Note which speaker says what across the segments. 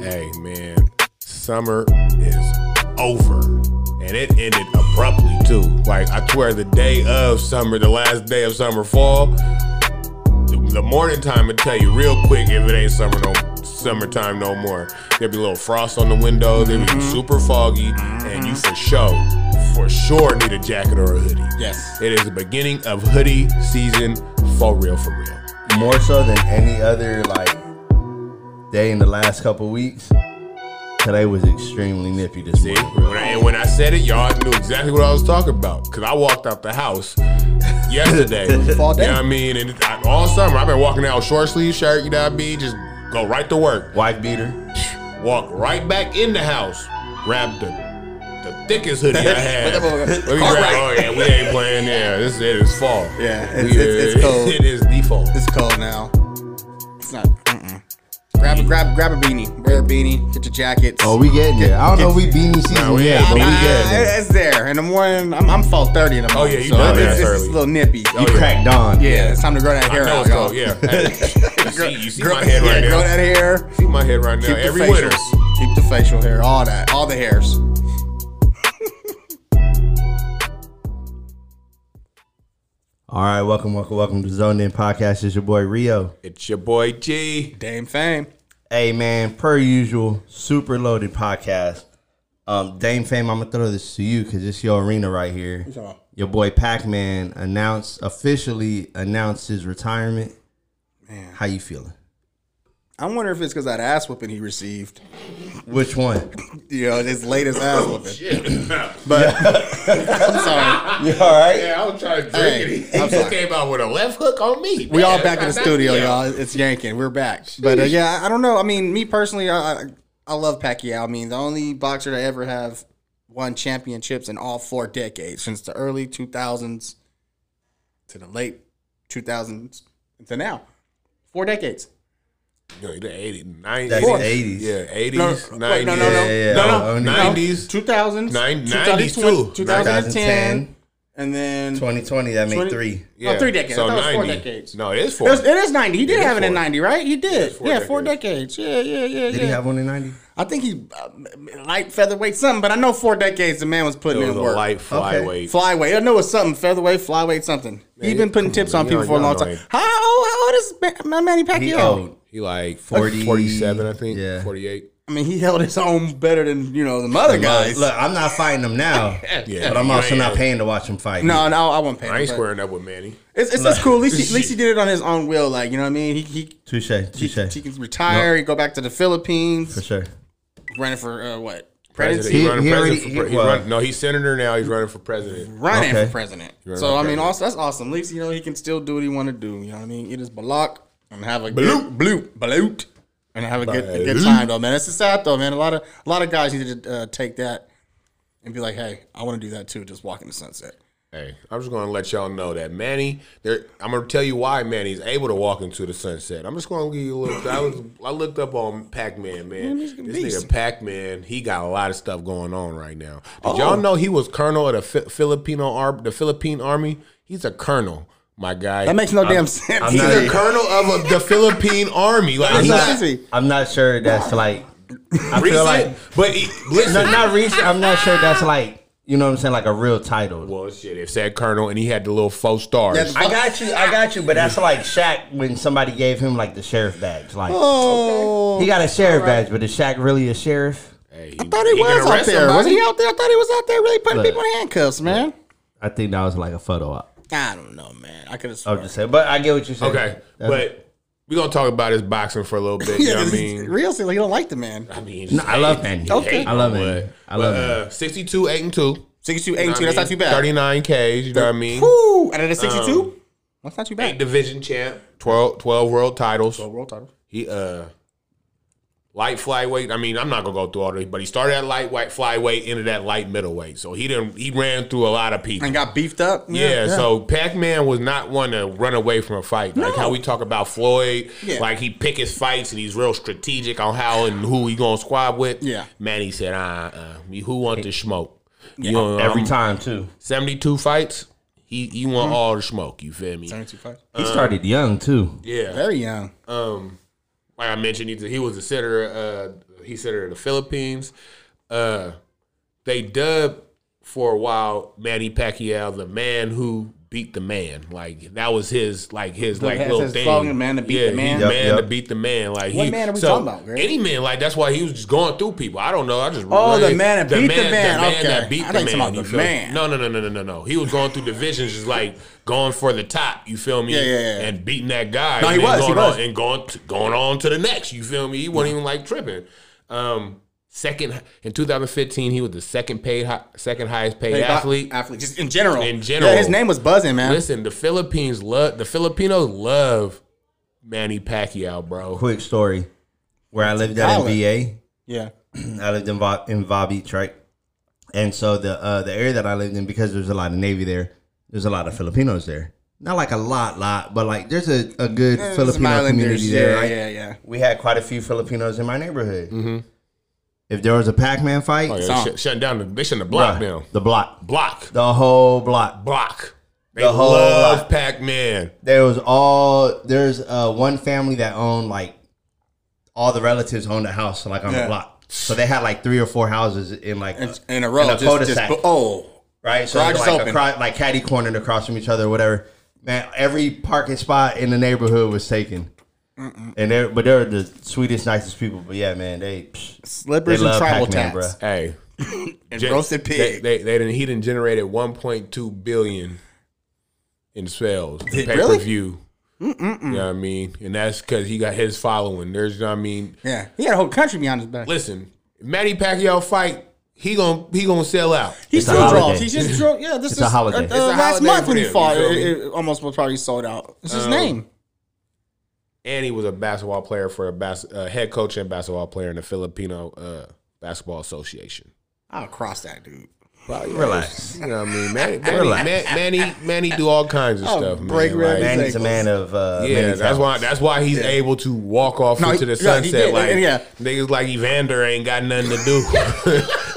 Speaker 1: Hey, man, summer is over. And it ended abruptly, too. Like, I swear, the day of summer, the last day of summer fall, the, the morning time will tell you real quick if it ain't summer no summertime no more. There'll be a little frost on the windows, it'll be super foggy, and you for sure, for sure need a jacket or a hoodie.
Speaker 2: Yes.
Speaker 1: It is the beginning of hoodie season for real, for real.
Speaker 3: More so than any other like day in the last couple weeks. Today was extremely nippy this
Speaker 1: See,
Speaker 3: morning.
Speaker 1: when I, and when I said it, y'all knew exactly what I was talking about because I walked out the house yesterday.
Speaker 2: Fall day.
Speaker 1: You know what I mean? And it, I, all summer I've been walking out with short sleeve shirt. You know what I mean? Just go right to work,
Speaker 3: White beater.
Speaker 1: walk right back in the house, grab the the thickest hoodie I had.
Speaker 2: What the
Speaker 1: Let
Speaker 2: motherfucker-
Speaker 1: me grab. Oh yeah, we ain't playing. Yeah, this it is fall.
Speaker 2: Yeah, it's- it's- it's cold.
Speaker 1: It is the fall.
Speaker 2: It's cold now. It's not. Mm-mm. Grab a grab grab a beanie. Wear a beanie. Get your jackets.
Speaker 3: Oh, we getting there. I don't know if we beanie season
Speaker 1: we
Speaker 3: yet,
Speaker 1: ain't
Speaker 3: but we
Speaker 1: beanie.
Speaker 3: getting
Speaker 2: Ah,
Speaker 3: there.
Speaker 2: it's there. In the morning, I'm, I'm fall thirty in the morning.
Speaker 1: yeah, you
Speaker 2: so
Speaker 1: done
Speaker 2: it's,
Speaker 1: that
Speaker 2: it's,
Speaker 1: early.
Speaker 2: a little nippy.
Speaker 1: Oh,
Speaker 3: You
Speaker 1: yeah.
Speaker 3: cracked on.
Speaker 2: yeah, it's time to grow that
Speaker 1: I
Speaker 2: hair
Speaker 1: know
Speaker 2: out,
Speaker 1: it's cold.
Speaker 2: y'all.
Speaker 1: Yeah. Hey, you see, you see
Speaker 2: Grow,
Speaker 1: my head
Speaker 2: yeah,
Speaker 1: right
Speaker 2: grow
Speaker 1: now.
Speaker 2: that hair.
Speaker 1: See my head right now.
Speaker 2: Keep
Speaker 1: Every
Speaker 2: the
Speaker 1: winter.
Speaker 2: facials. Keep the facial hair. All that. All the hairs.
Speaker 3: All right, welcome, welcome, welcome to Zoned In Podcast. It's your boy Rio.
Speaker 1: It's your boy G.
Speaker 2: Damn fame.
Speaker 3: Hey man, per usual, super loaded podcast. Um, Dame Fame, I'm gonna throw this to you because it's your arena right here.
Speaker 2: on?
Speaker 3: Your boy Pac-Man announced officially announced his retirement. How you feeling?
Speaker 2: I wonder if it's because that ass whooping he received.
Speaker 3: Which one?
Speaker 2: You know, his latest ass whooping.
Speaker 1: but
Speaker 2: I'm sorry.
Speaker 3: You all right?
Speaker 1: yeah, I was trying to drink
Speaker 2: Hey,
Speaker 1: it.
Speaker 2: I'm
Speaker 1: He
Speaker 2: sorry.
Speaker 1: came out with a left hook on me.
Speaker 2: We all
Speaker 1: Man,
Speaker 2: back in the
Speaker 1: that's not-
Speaker 2: studio,
Speaker 1: yeah.
Speaker 2: y'all. It's yanking. We're back. But uh, yeah, I- I don't know. I mean, me personally, I I- I love Pacquiao. I mean, the only boxer to ever have won championships in all four decades since the early 2000s to the late 2000s to now. Four decades.
Speaker 1: You know, the 80s, 90s.
Speaker 3: That's
Speaker 2: Four.
Speaker 3: 80s.
Speaker 1: Yeah, 80s,
Speaker 2: No,
Speaker 1: 90s.
Speaker 2: no, no, no,
Speaker 3: Yeah, yeah,
Speaker 1: no,
Speaker 3: oh,
Speaker 1: no,
Speaker 3: oh, no.
Speaker 1: 90s.
Speaker 2: 2000s,
Speaker 1: Nine-
Speaker 2: 2020,
Speaker 1: 90s too.
Speaker 2: 2010, and then
Speaker 3: 2020, that made
Speaker 2: 20
Speaker 3: three.
Speaker 1: Yeah.
Speaker 2: oh, three decades.
Speaker 1: So
Speaker 2: I thought it was four
Speaker 1: 90.
Speaker 2: decades.
Speaker 1: No, it is four.
Speaker 2: It, was, it is 90. He did
Speaker 1: It is
Speaker 2: have it in
Speaker 1: four.
Speaker 2: 90, right? He did.
Speaker 1: is four
Speaker 2: yeah, four decades. Yeah, yeah, yeah,
Speaker 3: Did
Speaker 2: yeah.
Speaker 3: he have one in 90?
Speaker 2: I think he uh, light featherweight something, but I know four decades the man was putting
Speaker 1: it was
Speaker 2: in
Speaker 1: a
Speaker 2: work.
Speaker 1: light flyweight.
Speaker 2: Flyweight, I know it's something featherweight, flyweight, something. He's been putting tips on
Speaker 1: you
Speaker 2: people
Speaker 1: don't-
Speaker 2: for a
Speaker 1: you
Speaker 2: long
Speaker 1: don't
Speaker 2: time.
Speaker 1: know
Speaker 2: How old, how old is Ma- Ma- Manny
Speaker 3: He
Speaker 2: Pacquiao?
Speaker 3: old.
Speaker 1: He like
Speaker 3: 40
Speaker 1: 47, I think.
Speaker 3: Yeah.
Speaker 1: 48.
Speaker 2: I mean, he held his own better than you know the other guys.
Speaker 3: Look, I'm not fighting him now,
Speaker 1: Yeah.
Speaker 3: but I'm also
Speaker 1: Yeah.
Speaker 3: not paying to watch him fight.
Speaker 2: no, no, I won't pay.
Speaker 1: I
Speaker 2: him,
Speaker 1: ain't
Speaker 2: but
Speaker 1: squaring up with Manny.
Speaker 2: It's, it's, it's cool. At least, he, at least he did it on his own will. Like you know what I mean. He he,
Speaker 3: Touche,
Speaker 2: he,
Speaker 3: touche.
Speaker 2: he can retire. He go back to the Philippines.
Speaker 3: For sure.
Speaker 2: Running for uh, what?
Speaker 1: President.
Speaker 2: Presidency.
Speaker 1: He,
Speaker 3: He-
Speaker 1: running
Speaker 3: he
Speaker 1: president
Speaker 3: already-
Speaker 1: for pre-
Speaker 3: he-
Speaker 1: he
Speaker 3: well-
Speaker 1: run, no, he's senator now. He's running for president.
Speaker 2: running
Speaker 3: Okay.
Speaker 2: for president.
Speaker 1: Running
Speaker 2: so
Speaker 1: for
Speaker 2: I mean,
Speaker 1: president.
Speaker 2: also that's awesome. At least you know he can still do what he want to do. You know what I mean? Eat his block and have a
Speaker 1: Bloop.
Speaker 2: good, bloop, bloop, and have a good, a good
Speaker 1: Bloop.
Speaker 2: time though, man. It's sad though, man. A lot of a lot of guys need to uh, take that and be like, hey, I want to do that too. Just walk in the sunset.
Speaker 1: Hey, I'm just gonna let y'all know that Manny. There, I'm gonna tell you why Manny's able to walk into the sunset. I'm just gonna give you a little. I was, I looked up on Pac-Man, man.
Speaker 2: Manny's
Speaker 1: This
Speaker 2: a beast.
Speaker 1: nigga Pac-Man, he got a lot of stuff going on right now. Did
Speaker 2: Oh.
Speaker 1: y'all know he was colonel of the Fi- Filipino ar- the Philippine Army? He's a colonel, my guy.
Speaker 2: That makes no damn sense.
Speaker 3: I'm
Speaker 1: He's
Speaker 3: not-
Speaker 1: a colonel of a, the Philippine Army. Like
Speaker 2: That's
Speaker 1: he's
Speaker 2: not
Speaker 1: not
Speaker 2: easy.
Speaker 3: I'm not sure that's like. I feel
Speaker 1: recent,
Speaker 3: like
Speaker 1: but he, listen.
Speaker 3: no, not recent. I'm not sure that's like you know what I'm saying, like a real title.
Speaker 1: well, shit. It said colonel, and he had the little faux stars.
Speaker 2: Yeah, the-
Speaker 3: I got you, I got you, but that's like Shaq when somebody gave him like the sheriff badge. Like
Speaker 2: Oh,
Speaker 3: he got a sheriff badge, but is Shaq really a sheriff?
Speaker 1: Hey, he,
Speaker 2: I thought he,
Speaker 1: he can
Speaker 2: was out
Speaker 1: arrest
Speaker 2: there. Was
Speaker 1: somebody.
Speaker 2: he out there? I thought he was out there really putting
Speaker 3: Look.
Speaker 2: people in handcuffs, man.
Speaker 3: I think that was like a photo op.
Speaker 2: I don't know, man. I could have.
Speaker 3: I was just saying, but I get what you're saying.
Speaker 1: Okay,
Speaker 3: That's-
Speaker 1: but we're gonna talk about his boxing for a little bit. You know what I mean?
Speaker 2: real silly. He don't like the man.
Speaker 1: I mean,
Speaker 3: No, I love Manny.
Speaker 2: Okay.
Speaker 3: I love Manny.
Speaker 1: it.
Speaker 3: I love Manny.
Speaker 1: uh, Sixty-two, eight and two.
Speaker 2: 62, 82, that's not too bad.
Speaker 1: Thirty-nine Ks. You know what I mean?
Speaker 2: Woo! And then a 62?
Speaker 3: Um,
Speaker 2: That's not too
Speaker 1: Eight
Speaker 2: bad.
Speaker 1: division champ. 12, 12 world titles.
Speaker 2: World title.
Speaker 1: He uh, light flyweight. I mean, I'm not gonna go through all this, but he started at light white flyweight, ended at light middleweight. So he didn't. He ran through a lot of people.
Speaker 2: And got beefed up.
Speaker 1: Yeah, so Pac Man was not one to run away from a fight. Like how we talk about Floyd,
Speaker 2: Yeah.
Speaker 1: like he pick his fights and he's real strategic on how and who he gonna squad with.
Speaker 2: Yeah.
Speaker 1: Manny said, uh, uh me- who want the smoke? You know,
Speaker 3: Every
Speaker 1: I'm-
Speaker 3: time too.
Speaker 1: 72 fights, he, you want all the smoke, you feel me?
Speaker 3: He started young too.
Speaker 1: Yeah.
Speaker 2: Very young.
Speaker 1: Um, like I mentioned, he's a- he was a senator. Uh, he senator of the Philippines. Uh, they dubbed for a while Manny Pacquiao the man who beat the man. Like that was his like his like
Speaker 2: that's
Speaker 1: little
Speaker 2: his
Speaker 1: thing.
Speaker 2: slogan, man to beat the
Speaker 1: he
Speaker 2: man.
Speaker 3: Yep,
Speaker 1: man
Speaker 3: yep.
Speaker 1: to beat the man. Like
Speaker 2: What
Speaker 1: he,
Speaker 2: man are we
Speaker 1: so,
Speaker 2: talking about, Greg?
Speaker 1: Any man. Like that's why he was just going through people. I don't know. I just
Speaker 2: Oh, the
Speaker 1: really-
Speaker 2: man that beat the man. Okay.
Speaker 1: that beat the
Speaker 2: I thought
Speaker 1: man.
Speaker 2: you talking about
Speaker 1: you
Speaker 2: the
Speaker 1: feel me?
Speaker 2: man.
Speaker 1: No, no, no, no, no, no, no. He was going through divisions, just like going for the top. You feel me?
Speaker 2: Yeah, yeah, yeah.
Speaker 1: And beating that guy.
Speaker 2: No, he
Speaker 1: and then
Speaker 2: was, he
Speaker 1: Going
Speaker 2: was.
Speaker 1: On, and going t- going on to the next. You feel me? He wasn't even like tripping. Um, second in 2015, he was the second paid hi- second highest paid athlete.
Speaker 2: athlete, just in general.
Speaker 1: In general.
Speaker 2: yeah, his name was buzzing, man.
Speaker 1: Listen, the Philippines love the Filipinos love Manny Pacquiao, bro.
Speaker 3: Quick story. Where I lived at
Speaker 2: Violent.
Speaker 3: in
Speaker 2: yeah,
Speaker 3: VA, I lived in Va, in Va Beach, right? And so the uh, the area that I lived in, because there's a lot of Navy there, there's a lot of Filipinos there. Not like a lot, lot, but like there's a, a good
Speaker 2: Some
Speaker 3: Filipino
Speaker 2: Islanders,
Speaker 3: community there,
Speaker 2: yeah,
Speaker 3: right?
Speaker 2: yeah, yeah.
Speaker 3: We had quite a few Filipinos in my neighborhood. If there was a Pac-Man fight,
Speaker 1: Oh, yeah,
Speaker 2: Song.
Speaker 1: shut, shutting down the they shutting the
Speaker 3: bruh,
Speaker 1: block down.
Speaker 3: the block,
Speaker 1: Block.
Speaker 3: the whole block.
Speaker 1: Block. They
Speaker 3: The whole
Speaker 1: love
Speaker 3: block.
Speaker 1: Pac Man.
Speaker 3: there was all there's uh one family that owned like all the relatives owned a house like on the
Speaker 2: Yeah.
Speaker 3: block so they had like three or four houses in like
Speaker 2: In, in a row,
Speaker 3: In a
Speaker 2: just,
Speaker 3: cul-de-sac.
Speaker 2: just- oh,
Speaker 3: right so
Speaker 2: garages
Speaker 3: like
Speaker 2: open.
Speaker 3: across, like caddy cornered across from each other or whatever man every parking spot in the neighborhood was taken and they but they're the sweetest nicest people but yeah man they
Speaker 2: slippers and tribal
Speaker 3: Pac-Man,
Speaker 2: tats
Speaker 3: bruh.
Speaker 1: Hey.
Speaker 2: and
Speaker 1: gen-
Speaker 2: roasted pig.
Speaker 1: They, they, they didn't, he didn't generated 1.2 billion in sales. Pay
Speaker 2: Did-
Speaker 1: per
Speaker 2: really?
Speaker 1: view. mm. You know what I mean? And that's because he got his following. There's, you know what I mean?
Speaker 2: yeah, he had a whole country behind his back.
Speaker 1: Listen, Manny Pacquiao fight, he gonna he gonna sell out.
Speaker 2: He
Speaker 3: It's a
Speaker 2: still draws.
Speaker 3: holiday.
Speaker 2: He just drew. Yeah, this
Speaker 3: It's
Speaker 2: is
Speaker 3: a holiday.
Speaker 2: uh,
Speaker 3: It's
Speaker 1: a
Speaker 2: last
Speaker 1: holiday
Speaker 2: month
Speaker 1: for
Speaker 2: when he
Speaker 1: them,
Speaker 2: fought,
Speaker 1: you feel
Speaker 2: it,
Speaker 1: me?
Speaker 2: it almost was probably sold out. It's his name.
Speaker 1: And he was a basketball player for a bas- uh, head coach and basketball player in the Filipino uh, Basketball Association.
Speaker 2: I'll cross that dude.
Speaker 3: relax
Speaker 1: You know what I mean? Manny, Manny,
Speaker 3: Relax.
Speaker 1: Man- Manny, Manny do all kinds of
Speaker 2: Oh,
Speaker 1: stuff, man.
Speaker 2: break
Speaker 1: Like,
Speaker 2: records.
Speaker 3: Manny's a man of uh
Speaker 1: Yeah,
Speaker 3: many
Speaker 1: that's why.
Speaker 3: talents.
Speaker 1: That's why he's able to walk off
Speaker 2: No,
Speaker 1: into the
Speaker 2: he- yeah, he
Speaker 1: sunset.
Speaker 2: did,
Speaker 1: like
Speaker 2: yeah.
Speaker 1: niggas like Evander ain't got nothing to do.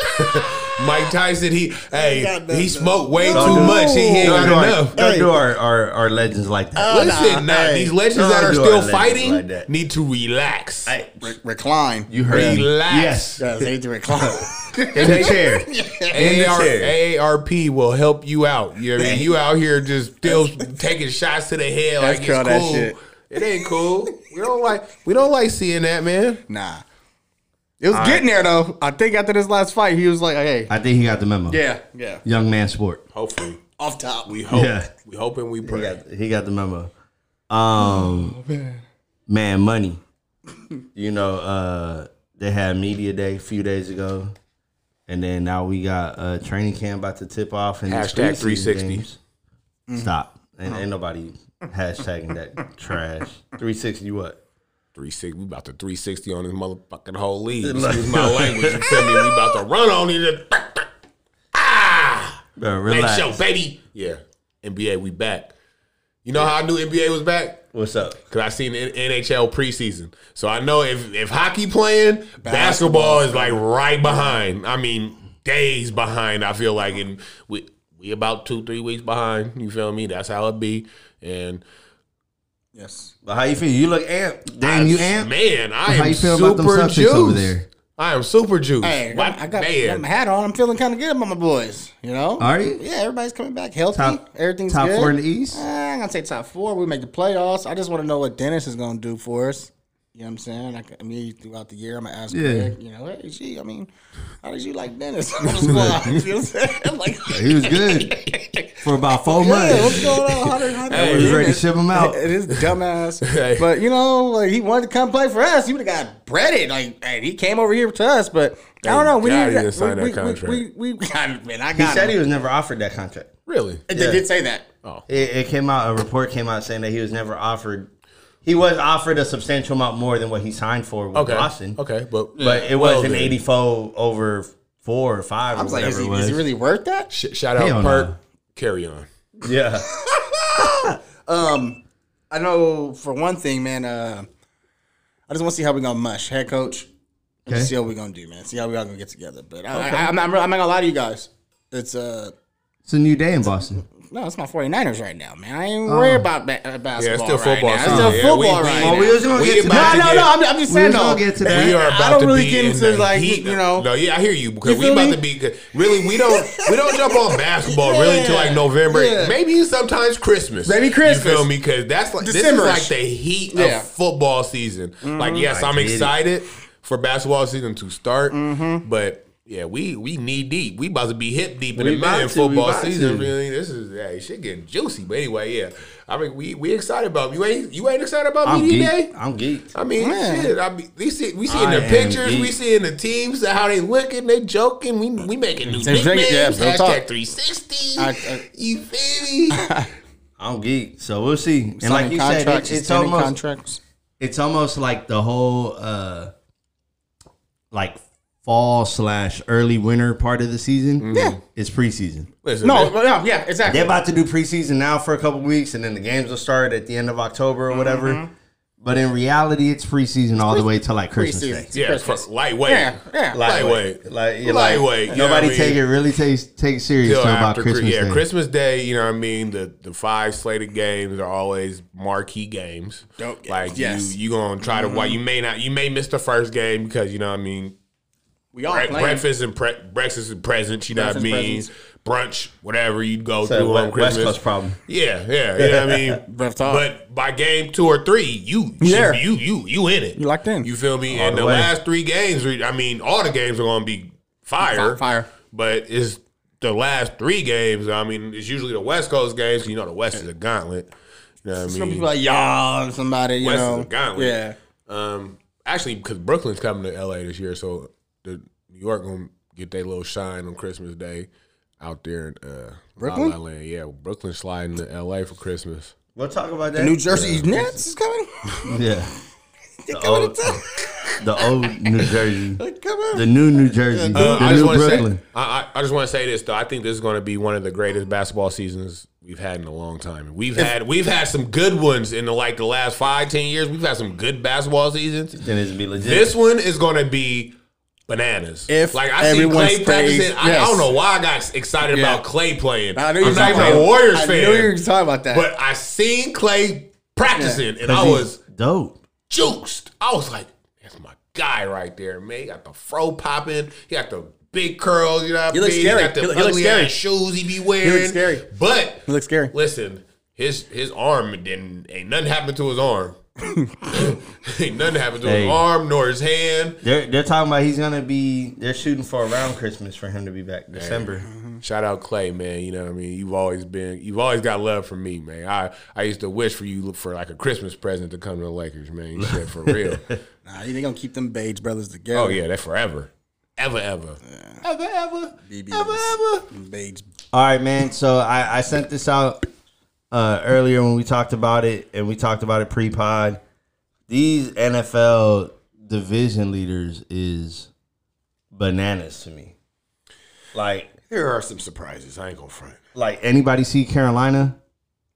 Speaker 1: Mike Tyson, he hey,
Speaker 2: got nothing
Speaker 1: he
Speaker 2: to-
Speaker 1: smoked way
Speaker 2: No.
Speaker 1: too much. He ain't
Speaker 3: don't
Speaker 1: got
Speaker 3: do, our,
Speaker 1: enough. Oh,
Speaker 3: don't
Speaker 2: Hey.
Speaker 3: do our, our, our legends like that
Speaker 1: Listen, nah,
Speaker 2: nah, hey,
Speaker 1: these legends
Speaker 3: don't
Speaker 1: that are
Speaker 3: do
Speaker 1: still
Speaker 3: our legends
Speaker 1: fighting
Speaker 3: like that.
Speaker 1: need to relax.
Speaker 3: Hey,
Speaker 2: Re- recline.
Speaker 3: you heard him.
Speaker 1: Relax.
Speaker 3: yes
Speaker 2: Yes, they need to recline.
Speaker 3: in the chair. In the
Speaker 1: AAR
Speaker 3: chair.
Speaker 1: AARP will help you out. You know what I mean? You out here just still taking shots to the head like it's
Speaker 2: That's
Speaker 1: cool.
Speaker 2: cool, that shit.
Speaker 1: It ain't cool. We don't like we don't like seeing that, man.
Speaker 2: nah, it was getting there though. I think after this last fight, he was like, "Hey,
Speaker 3: I think he got the memo.
Speaker 2: yeah, yeah,
Speaker 3: Young man sport.
Speaker 1: Hopefully.
Speaker 2: off top."
Speaker 1: We hope.
Speaker 3: Yeah.
Speaker 1: We hope and we
Speaker 3: He
Speaker 1: pray.
Speaker 3: got, he got the memo. Um, man, money. You know, uh, they had media day a few days ago, and then now we got uh, training camp about to tip off and these
Speaker 1: Hashtag
Speaker 3: preseason
Speaker 1: 360.
Speaker 3: games. Stop. Ain't, ain't nobody hashtagging that trash. Three sixty. What?
Speaker 1: 360. We about to 360 on this motherfucking whole league. Excuse my language. You feel me? We about to run on it. Ah!
Speaker 3: Bro,
Speaker 1: Big
Speaker 3: relax.
Speaker 1: show, baby. Yeah. NBA, we back. You know how I knew NBA was back?
Speaker 3: What's up?
Speaker 1: Cause I seen the N- NHL preseason, so I know if if hockey playing, basketball is like right behind. I mean, days behind. I feel like, and we we about two three weeks behind. You feel me? That's how it be. And
Speaker 2: Yes,
Speaker 3: But how you feel? You look amped. Damn, you amped.
Speaker 1: man, I
Speaker 3: How
Speaker 1: am
Speaker 3: you feel
Speaker 1: super
Speaker 3: about them Celtics
Speaker 1: juiced.
Speaker 3: over there?
Speaker 1: I am super juiced.
Speaker 2: hey,
Speaker 1: Wow,
Speaker 2: I got, I got
Speaker 1: man.
Speaker 2: my hat on. I'm feeling kind of good about my boys. You know,
Speaker 3: Are you?
Speaker 2: Yeah, everybody's coming back healthy.
Speaker 3: Top-
Speaker 2: Everything's
Speaker 3: top
Speaker 2: good.
Speaker 3: four in the East?
Speaker 2: Eh, I'm gonna say top four. We make the playoffs. I just want to know what Dennis is gonna do for us. You know what I'm saying? Like me throughout the year, I'm gonna ask.
Speaker 3: Yeah.
Speaker 2: Greg, you know, hey, gee, I mean, how did you like Dennis on the squad? you know what I'm saying? Like,
Speaker 3: He was good for about four
Speaker 2: yeah, what's
Speaker 3: months.
Speaker 2: going on? How did, how did
Speaker 1: Hey,
Speaker 3: He was
Speaker 1: Yeah.
Speaker 3: ready to ship him out.
Speaker 2: It is dumbass.
Speaker 1: Hey.
Speaker 2: But you know, like he wanted to come play for us. He would have got breaded. Like and he came over here to us, but I don't know. We
Speaker 1: God he
Speaker 2: needed
Speaker 1: didn't sign that
Speaker 2: we,
Speaker 1: contract.
Speaker 2: We, we, we, God, man, I
Speaker 3: He
Speaker 2: got
Speaker 3: said
Speaker 2: him.
Speaker 3: he was never offered that contract.
Speaker 1: really.
Speaker 2: They
Speaker 3: yeah.
Speaker 2: did say that.
Speaker 1: Oh,
Speaker 3: It, it came out. A report came out saying that he was never offered. He was offered a substantial amount more than what he signed for with
Speaker 1: Okay,
Speaker 3: Boston.
Speaker 1: okay, but
Speaker 3: but it
Speaker 1: well
Speaker 3: was an
Speaker 1: then.
Speaker 3: eighty-four over four or five or
Speaker 2: I was like, is
Speaker 3: whatever
Speaker 2: he,
Speaker 3: it was.
Speaker 2: is he really worth that?
Speaker 1: Sh- shout out
Speaker 3: Hell
Speaker 1: Perk.
Speaker 3: no.
Speaker 1: Carry on.
Speaker 3: Yeah,
Speaker 2: Um, I know for one thing, man. Uh, I just want to see how we gonna mush head coach.
Speaker 3: Okay.
Speaker 2: Just see how we gonna do, man. See how we all gonna get together. But I, I, I'm, not, I'm not gonna lie to you guys. It's uh,
Speaker 3: It's a new day in Boston.
Speaker 2: No, it's my 49ers right now, man. I ain't worried about ba- uh, basketball.
Speaker 1: Oh. Yeah, it's still football
Speaker 2: Right now. It's
Speaker 1: season.
Speaker 2: still
Speaker 1: Yeah,
Speaker 2: football
Speaker 1: we- we-
Speaker 2: right
Speaker 1: Oh,
Speaker 2: now.
Speaker 1: we
Speaker 3: was gonna
Speaker 1: We
Speaker 3: get to
Speaker 1: about
Speaker 3: that.
Speaker 1: to
Speaker 2: no,
Speaker 1: get-
Speaker 2: no, no. I'm, I'm just
Speaker 3: We
Speaker 2: saying
Speaker 3: was
Speaker 2: though.
Speaker 3: gonna get to
Speaker 1: We
Speaker 3: that.
Speaker 1: are
Speaker 2: I
Speaker 1: about
Speaker 2: don't
Speaker 1: to
Speaker 2: really
Speaker 1: be
Speaker 2: get
Speaker 1: in
Speaker 2: into,
Speaker 1: the
Speaker 2: like,
Speaker 1: heat
Speaker 2: you
Speaker 1: of-
Speaker 2: know-
Speaker 1: No, yeah, I hear you because
Speaker 2: You
Speaker 1: we
Speaker 2: feel
Speaker 1: about
Speaker 2: me?
Speaker 1: to be. good. Really, we don't we don't jump on basketball really until like
Speaker 2: Yeah.
Speaker 1: November.
Speaker 2: Yeah.
Speaker 1: Maybe sometimes Christmas.
Speaker 2: Maybe
Speaker 1: You feel
Speaker 2: Christmas.
Speaker 1: me? Because that's like
Speaker 2: December-ish.
Speaker 1: this is like the heat
Speaker 2: Yeah. Mm-hmm.
Speaker 1: of football season. Like yes,
Speaker 3: I
Speaker 1: I'm
Speaker 3: get it.
Speaker 1: excited for basketball season to start,
Speaker 2: Mm-hmm.
Speaker 1: but. Yeah, we we knee deep. We about to be hip deep in
Speaker 3: We
Speaker 1: the
Speaker 3: about
Speaker 1: middle of
Speaker 3: to, we
Speaker 1: football
Speaker 3: about
Speaker 1: season.
Speaker 3: to.
Speaker 1: Really, this is hey, shit getting juicy. But anyway, yeah, I mean we we excited about you ain't you ain't excited about
Speaker 3: I'm
Speaker 1: media
Speaker 3: geeked.
Speaker 1: day.
Speaker 3: I'm geeked.
Speaker 1: I mean,
Speaker 2: Yeah.
Speaker 1: shit. I mean, we see we see in
Speaker 3: I
Speaker 1: the
Speaker 3: am
Speaker 1: pictures, we
Speaker 3: geek.
Speaker 1: see in the teams how they looking, they joking. We we making new
Speaker 2: They drink-
Speaker 1: nicknames.
Speaker 2: yeah, real talk.
Speaker 1: hashtag three sixty.
Speaker 2: I- I-
Speaker 1: You feel me?
Speaker 3: I'm geeked. So we'll see. And like
Speaker 2: Signing
Speaker 3: you said,
Speaker 2: contracts,
Speaker 3: it, it's
Speaker 2: extending
Speaker 3: almost
Speaker 2: contracts.
Speaker 3: it's almost like the whole uh like fall slash early winter part of the season.
Speaker 1: Mm-hmm.
Speaker 3: Yeah, it's preseason.
Speaker 1: Listen,
Speaker 2: No,
Speaker 1: man,
Speaker 2: no, yeah, exactly.
Speaker 3: They're about to do preseason now for a couple weeks, and then the games will start at the end of October or whatever.
Speaker 1: Mm-hmm.
Speaker 3: But in reality, it's preseason all the way till like Christmas
Speaker 2: Preseason.
Speaker 3: Day.
Speaker 1: yeah,
Speaker 2: Christmas.
Speaker 1: fuck, lightweight,
Speaker 2: Yeah, yeah.
Speaker 1: lightweight,
Speaker 3: like, yeah, like,
Speaker 1: lightweight. you know what I
Speaker 3: Nobody
Speaker 1: mean?
Speaker 3: take it really take take it serious
Speaker 1: Till
Speaker 3: till about
Speaker 1: after Christmas
Speaker 3: Christmas
Speaker 1: yeah
Speaker 3: Day.
Speaker 1: Christmas Day. You know what I mean? The the five slated games are always marquee games.
Speaker 2: Dope games,
Speaker 1: Like
Speaker 2: yes.
Speaker 1: you you gonna try to
Speaker 2: Mm-hmm.
Speaker 1: why you may not you may miss the first game because you know what I mean
Speaker 2: we all
Speaker 1: Bre-
Speaker 2: playing.
Speaker 1: breakfast and pre- breakfast and presents. You know what I
Speaker 2: Breakfast,
Speaker 1: mean?
Speaker 2: presents.
Speaker 1: Brunch, whatever you go
Speaker 3: So,
Speaker 1: through
Speaker 3: West-
Speaker 1: on
Speaker 3: West
Speaker 1: Christmas.
Speaker 3: Coast problem.
Speaker 1: Yeah, yeah. You know what I mean?
Speaker 2: Breath talk.
Speaker 1: but by game two or three, you should-
Speaker 2: Yeah.
Speaker 1: you you you in it.
Speaker 2: You locked in.
Speaker 1: You feel me? and
Speaker 3: the
Speaker 1: the
Speaker 3: way.
Speaker 1: last three games, we- I mean, all the games are going to be fire.
Speaker 2: Fi- fire.
Speaker 1: But it's the last three games. I mean, it's usually the West Coast games. You know, the West is a gauntlet. You know what I
Speaker 2: Some
Speaker 1: mean?
Speaker 2: people like y'all, somebody, you
Speaker 1: West is
Speaker 2: know.
Speaker 1: a gauntlet.
Speaker 2: Yeah.
Speaker 1: Um, actually, because Brooklyn's coming to LA this year, so the New York gonna get their little shine on Christmas Day out there in uh,
Speaker 2: Brooklyn?
Speaker 1: La La Land. Yeah, Brooklyn sliding to LA for Christmas.
Speaker 3: We'll talk about that.
Speaker 2: New Jersey Nets is coming.
Speaker 3: yeah,
Speaker 2: They're coming to
Speaker 3: old-
Speaker 1: Oh.
Speaker 2: town.
Speaker 3: the old New Jersey,
Speaker 2: They're coming.
Speaker 3: the new New Jersey, the,
Speaker 1: Uh, I just
Speaker 3: new
Speaker 1: want to
Speaker 3: Brooklyn.
Speaker 1: say, I, I, I just want to say this though. I think this is going to be one of the greatest basketball seasons we've had in a long time. We've had we've had some good ones in the like the last five ten years. We've had some good basketball seasons.
Speaker 3: Then it's be legit.
Speaker 1: This one is going to be bananas.
Speaker 2: If
Speaker 1: like I see
Speaker 2: everyone
Speaker 1: Clay
Speaker 2: stays-
Speaker 1: practicing, I, I
Speaker 2: yes.
Speaker 1: don't know why I got excited
Speaker 2: Yeah.
Speaker 1: about Clay playing.
Speaker 2: I
Speaker 1: I'm
Speaker 2: knew you were
Speaker 1: not
Speaker 2: talking
Speaker 1: even
Speaker 2: about
Speaker 1: a Warriors
Speaker 2: I
Speaker 1: fan,
Speaker 2: knew you were talking about that.
Speaker 1: but I seen Clay practicing, and I
Speaker 3: He's
Speaker 1: was
Speaker 3: dope.
Speaker 1: juiced. I was like, "That's my guy right there, man." He got the fro popping. He got the big curls. You know what
Speaker 2: He
Speaker 1: I mean?
Speaker 2: looks scary.
Speaker 1: He got the
Speaker 2: He look- he looks
Speaker 1: ugly
Speaker 2: scary.
Speaker 1: ass shoes he be wearing.
Speaker 2: scary.
Speaker 1: But
Speaker 2: It looks scary.
Speaker 1: Listen, his his arm didn't ain't nothing happened to his arm. ain't nothing happened to
Speaker 3: Hey.
Speaker 1: his arm nor his hand.
Speaker 3: They're they're talking about he's gonna be. They're shooting for around Christmas for him to be back December.
Speaker 1: Shout out Clay, man. You know what I mean? You've always been you've always got love for me, man. I I used to wish for you for like a Christmas present to come to the Lakers, man. Shit for real.
Speaker 2: Nah, they gonna keep them Bates brothers together.
Speaker 1: oh yeah, that forever. Ever ever. Ever ever.
Speaker 2: BBs.
Speaker 1: Ever ever.
Speaker 2: Bates.
Speaker 3: All right, man. So I, I sent this out uh, earlier when we talked about it, and we talked about it pre-pod. These NFL division leaders is bananas to me. Like,
Speaker 1: Here are some surprises. I ain't gonna front.
Speaker 3: like anybody see Carolina?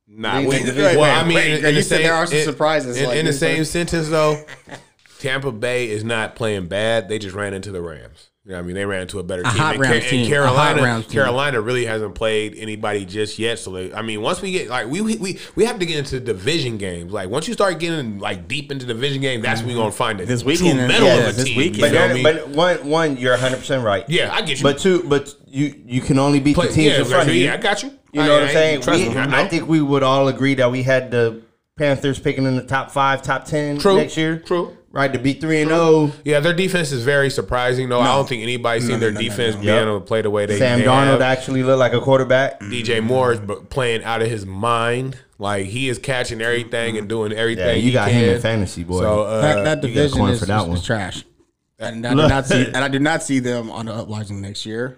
Speaker 1: Nah,
Speaker 3: They-
Speaker 1: we,
Speaker 3: they-
Speaker 1: well,
Speaker 2: wait,
Speaker 1: I mean,
Speaker 2: wait,
Speaker 1: in,
Speaker 2: you
Speaker 1: in the
Speaker 2: said
Speaker 1: same,
Speaker 2: there are some
Speaker 1: in-
Speaker 2: surprises,
Speaker 1: In,
Speaker 2: like,
Speaker 1: in the
Speaker 2: you said-
Speaker 1: same sentence, though, Tampa Bay is not playing bad. They just ran into the Rams. You know what I mean, they ran into a better team.
Speaker 2: hot
Speaker 1: and,
Speaker 2: round
Speaker 1: and
Speaker 2: team. A
Speaker 1: Carolina,
Speaker 2: hot round team.
Speaker 1: Carolina really hasn't played anybody just yet. So they, I mean, once we get like we, we we have to get into division games. Like once you start getting like deep into division games, that's when we gonna find it.
Speaker 2: This weekend,
Speaker 1: true metal
Speaker 2: yeah,
Speaker 1: of a
Speaker 2: this
Speaker 1: team.
Speaker 2: weekend.
Speaker 1: You
Speaker 3: But,
Speaker 1: know what I
Speaker 3: they're-
Speaker 1: mean?
Speaker 3: but one, one, you're 100 percent right.
Speaker 1: yeah, I get you.
Speaker 3: But two, but you you can only beat
Speaker 1: Play-
Speaker 3: the teams
Speaker 1: yeah,
Speaker 3: in front of you.
Speaker 1: yeah, I got you.
Speaker 3: You
Speaker 1: I-
Speaker 3: know
Speaker 1: I
Speaker 3: what I'm
Speaker 1: ain't-
Speaker 3: saying?
Speaker 1: Trust
Speaker 3: We-
Speaker 1: me, I know.
Speaker 3: I think we would all agree that we had the Panthers picking in the top five, top ten
Speaker 1: True.
Speaker 3: next year.
Speaker 1: True.
Speaker 3: Right to be three and oh. zero.
Speaker 1: Yeah, their defense is very surprising. though. I don't think anybody's seen their defense being
Speaker 3: Yep.
Speaker 1: able to play the way they.
Speaker 3: Sam
Speaker 1: they
Speaker 3: Darnold
Speaker 1: have.
Speaker 3: actually looked like a quarterback.
Speaker 1: DJ Moore is bu- playing out of his mind. Like he is catching everything and doing everything.
Speaker 3: Yeah, you
Speaker 1: he
Speaker 3: got
Speaker 1: can.
Speaker 3: him in fantasy, boy.
Speaker 1: So uh,
Speaker 2: that, that division
Speaker 3: coin
Speaker 2: is,
Speaker 3: for that
Speaker 2: is
Speaker 3: one.
Speaker 2: trash. And I do not see and I do not see them on the uprising next year.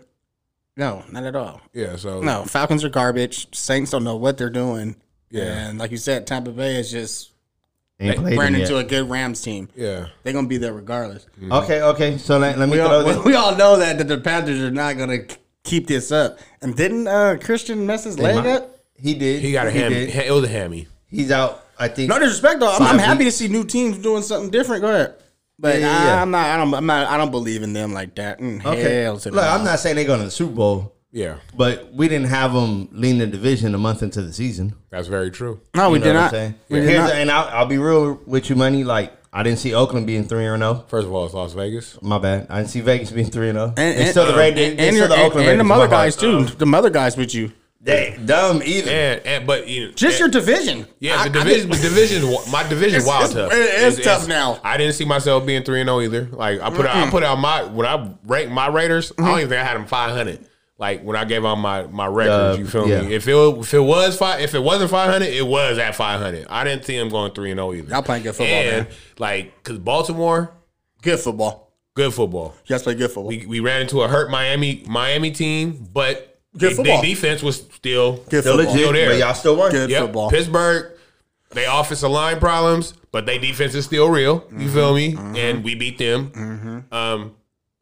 Speaker 2: No, not at all.
Speaker 1: yeah, so
Speaker 2: No, Falcons are garbage. Saints don't know what they're doing.
Speaker 1: Yeah.
Speaker 2: And like you said, Tampa Bay is just
Speaker 3: Ain't played
Speaker 2: ran
Speaker 3: him
Speaker 2: into
Speaker 3: yet.
Speaker 2: a good Rams team.
Speaker 1: yeah,
Speaker 2: They're gonna be there regardless.
Speaker 3: Okay, okay. So let, let me
Speaker 2: We
Speaker 3: throw
Speaker 2: all,
Speaker 3: this.
Speaker 2: we all know that, that the Panthers are not gonna k- keep this up. And didn't uh, Christian mess his leg
Speaker 3: might.
Speaker 2: up?
Speaker 3: He did.
Speaker 1: he got a hammy.
Speaker 3: did.
Speaker 1: It was a hammy.
Speaker 3: He's out. I think.
Speaker 2: No disrespect though. I'm, I'm
Speaker 3: Five
Speaker 2: happy to see new teams doing something different. Go ahead. But
Speaker 3: Yeah, yeah, yeah.
Speaker 2: I, am not. I don't. I'm not. I don't believe in them like that. Mm,
Speaker 3: okay.
Speaker 2: Hell to
Speaker 3: Look,
Speaker 2: the no.
Speaker 3: I'm not saying they're going to the Super Bowl,
Speaker 1: Yeah,
Speaker 3: But we didn't have them leading the division a month into the season.
Speaker 1: that's very true.
Speaker 2: No, we
Speaker 3: You know
Speaker 2: did
Speaker 3: what I'm
Speaker 2: not.
Speaker 3: saying?
Speaker 2: We did
Speaker 3: Here's
Speaker 2: not.
Speaker 3: the- and I'll, I'll be real with you, money. Like I didn't see Oakland being three and oh. zero.
Speaker 1: First of all, it's Las Vegas.
Speaker 3: My bad. I didn't see Vegas being three and zero.
Speaker 2: And,
Speaker 3: They
Speaker 2: and- uh,
Speaker 3: still
Speaker 1: uh,
Speaker 3: the Raid- they-
Speaker 2: and-
Speaker 3: they
Speaker 2: and your-
Speaker 3: still the
Speaker 2: and-
Speaker 3: Oakland
Speaker 2: and the
Speaker 3: Raiders, my
Speaker 2: mother
Speaker 3: bad.
Speaker 2: guys too. The mother guys with you.
Speaker 3: They dumb either.
Speaker 1: And, and but you know,
Speaker 2: Just
Speaker 1: and-
Speaker 2: your division.
Speaker 1: Yeah,
Speaker 2: I-
Speaker 1: the
Speaker 2: I
Speaker 1: division,
Speaker 2: did-
Speaker 1: the division, wa- my division,
Speaker 2: It's-
Speaker 1: wild
Speaker 2: it's-
Speaker 1: tough.
Speaker 2: it is tough now.
Speaker 1: I didn't see myself being three and zero either. Like I put, out, I put out my when I ranked my Raiders, I
Speaker 2: Mm-hmm.
Speaker 1: don't even think I had them five hundred. Like when I gave out my my records,
Speaker 3: Uh,
Speaker 1: you feel
Speaker 3: yeah.
Speaker 1: me? If it if it was five, if it wasn't five hundred, it was at five hundred. I didn't see them going three and zero either.
Speaker 2: Y'all playing good football,
Speaker 1: and
Speaker 2: man.
Speaker 1: like because Baltimore,
Speaker 2: good football.
Speaker 1: good football.
Speaker 2: You guys play good football.
Speaker 1: We, we ran into a hurt Miami Miami team, but
Speaker 2: Good
Speaker 1: they-
Speaker 2: football.
Speaker 1: their defense was still
Speaker 2: Good
Speaker 3: They're
Speaker 2: football.
Speaker 3: legit,
Speaker 1: Still there.
Speaker 3: but y'all still weren't.
Speaker 2: Good
Speaker 1: Yep.
Speaker 2: football.
Speaker 1: Pittsburgh, they offensive line problems, but they defense is still real. You
Speaker 2: Mm-hmm.
Speaker 1: feel me? And we beat them. Um,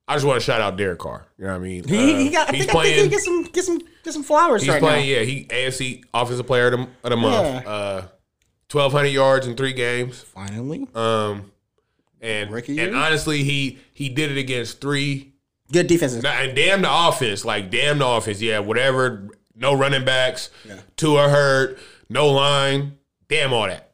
Speaker 1: I just want to shout out Derek Carr. You know what I mean? Uh,
Speaker 2: He, he got, I,
Speaker 1: he's
Speaker 2: think, I
Speaker 1: playing.
Speaker 2: think he get some get some get some flowers
Speaker 1: he's
Speaker 2: right
Speaker 1: playing.
Speaker 2: now.
Speaker 1: Yeah, he AFC offensive player of the, of the month.
Speaker 2: Yeah.
Speaker 1: Uh, Twelve hundred yards in three games.
Speaker 2: Finally,
Speaker 1: Um, and
Speaker 2: Rookie
Speaker 1: and
Speaker 2: year?
Speaker 1: honestly, he he did it against three
Speaker 2: good defenses.
Speaker 1: Nah, and damn the offense, like damn the offense. Yeah, whatever. No running backs. Two are hurt. No line. Damn all that.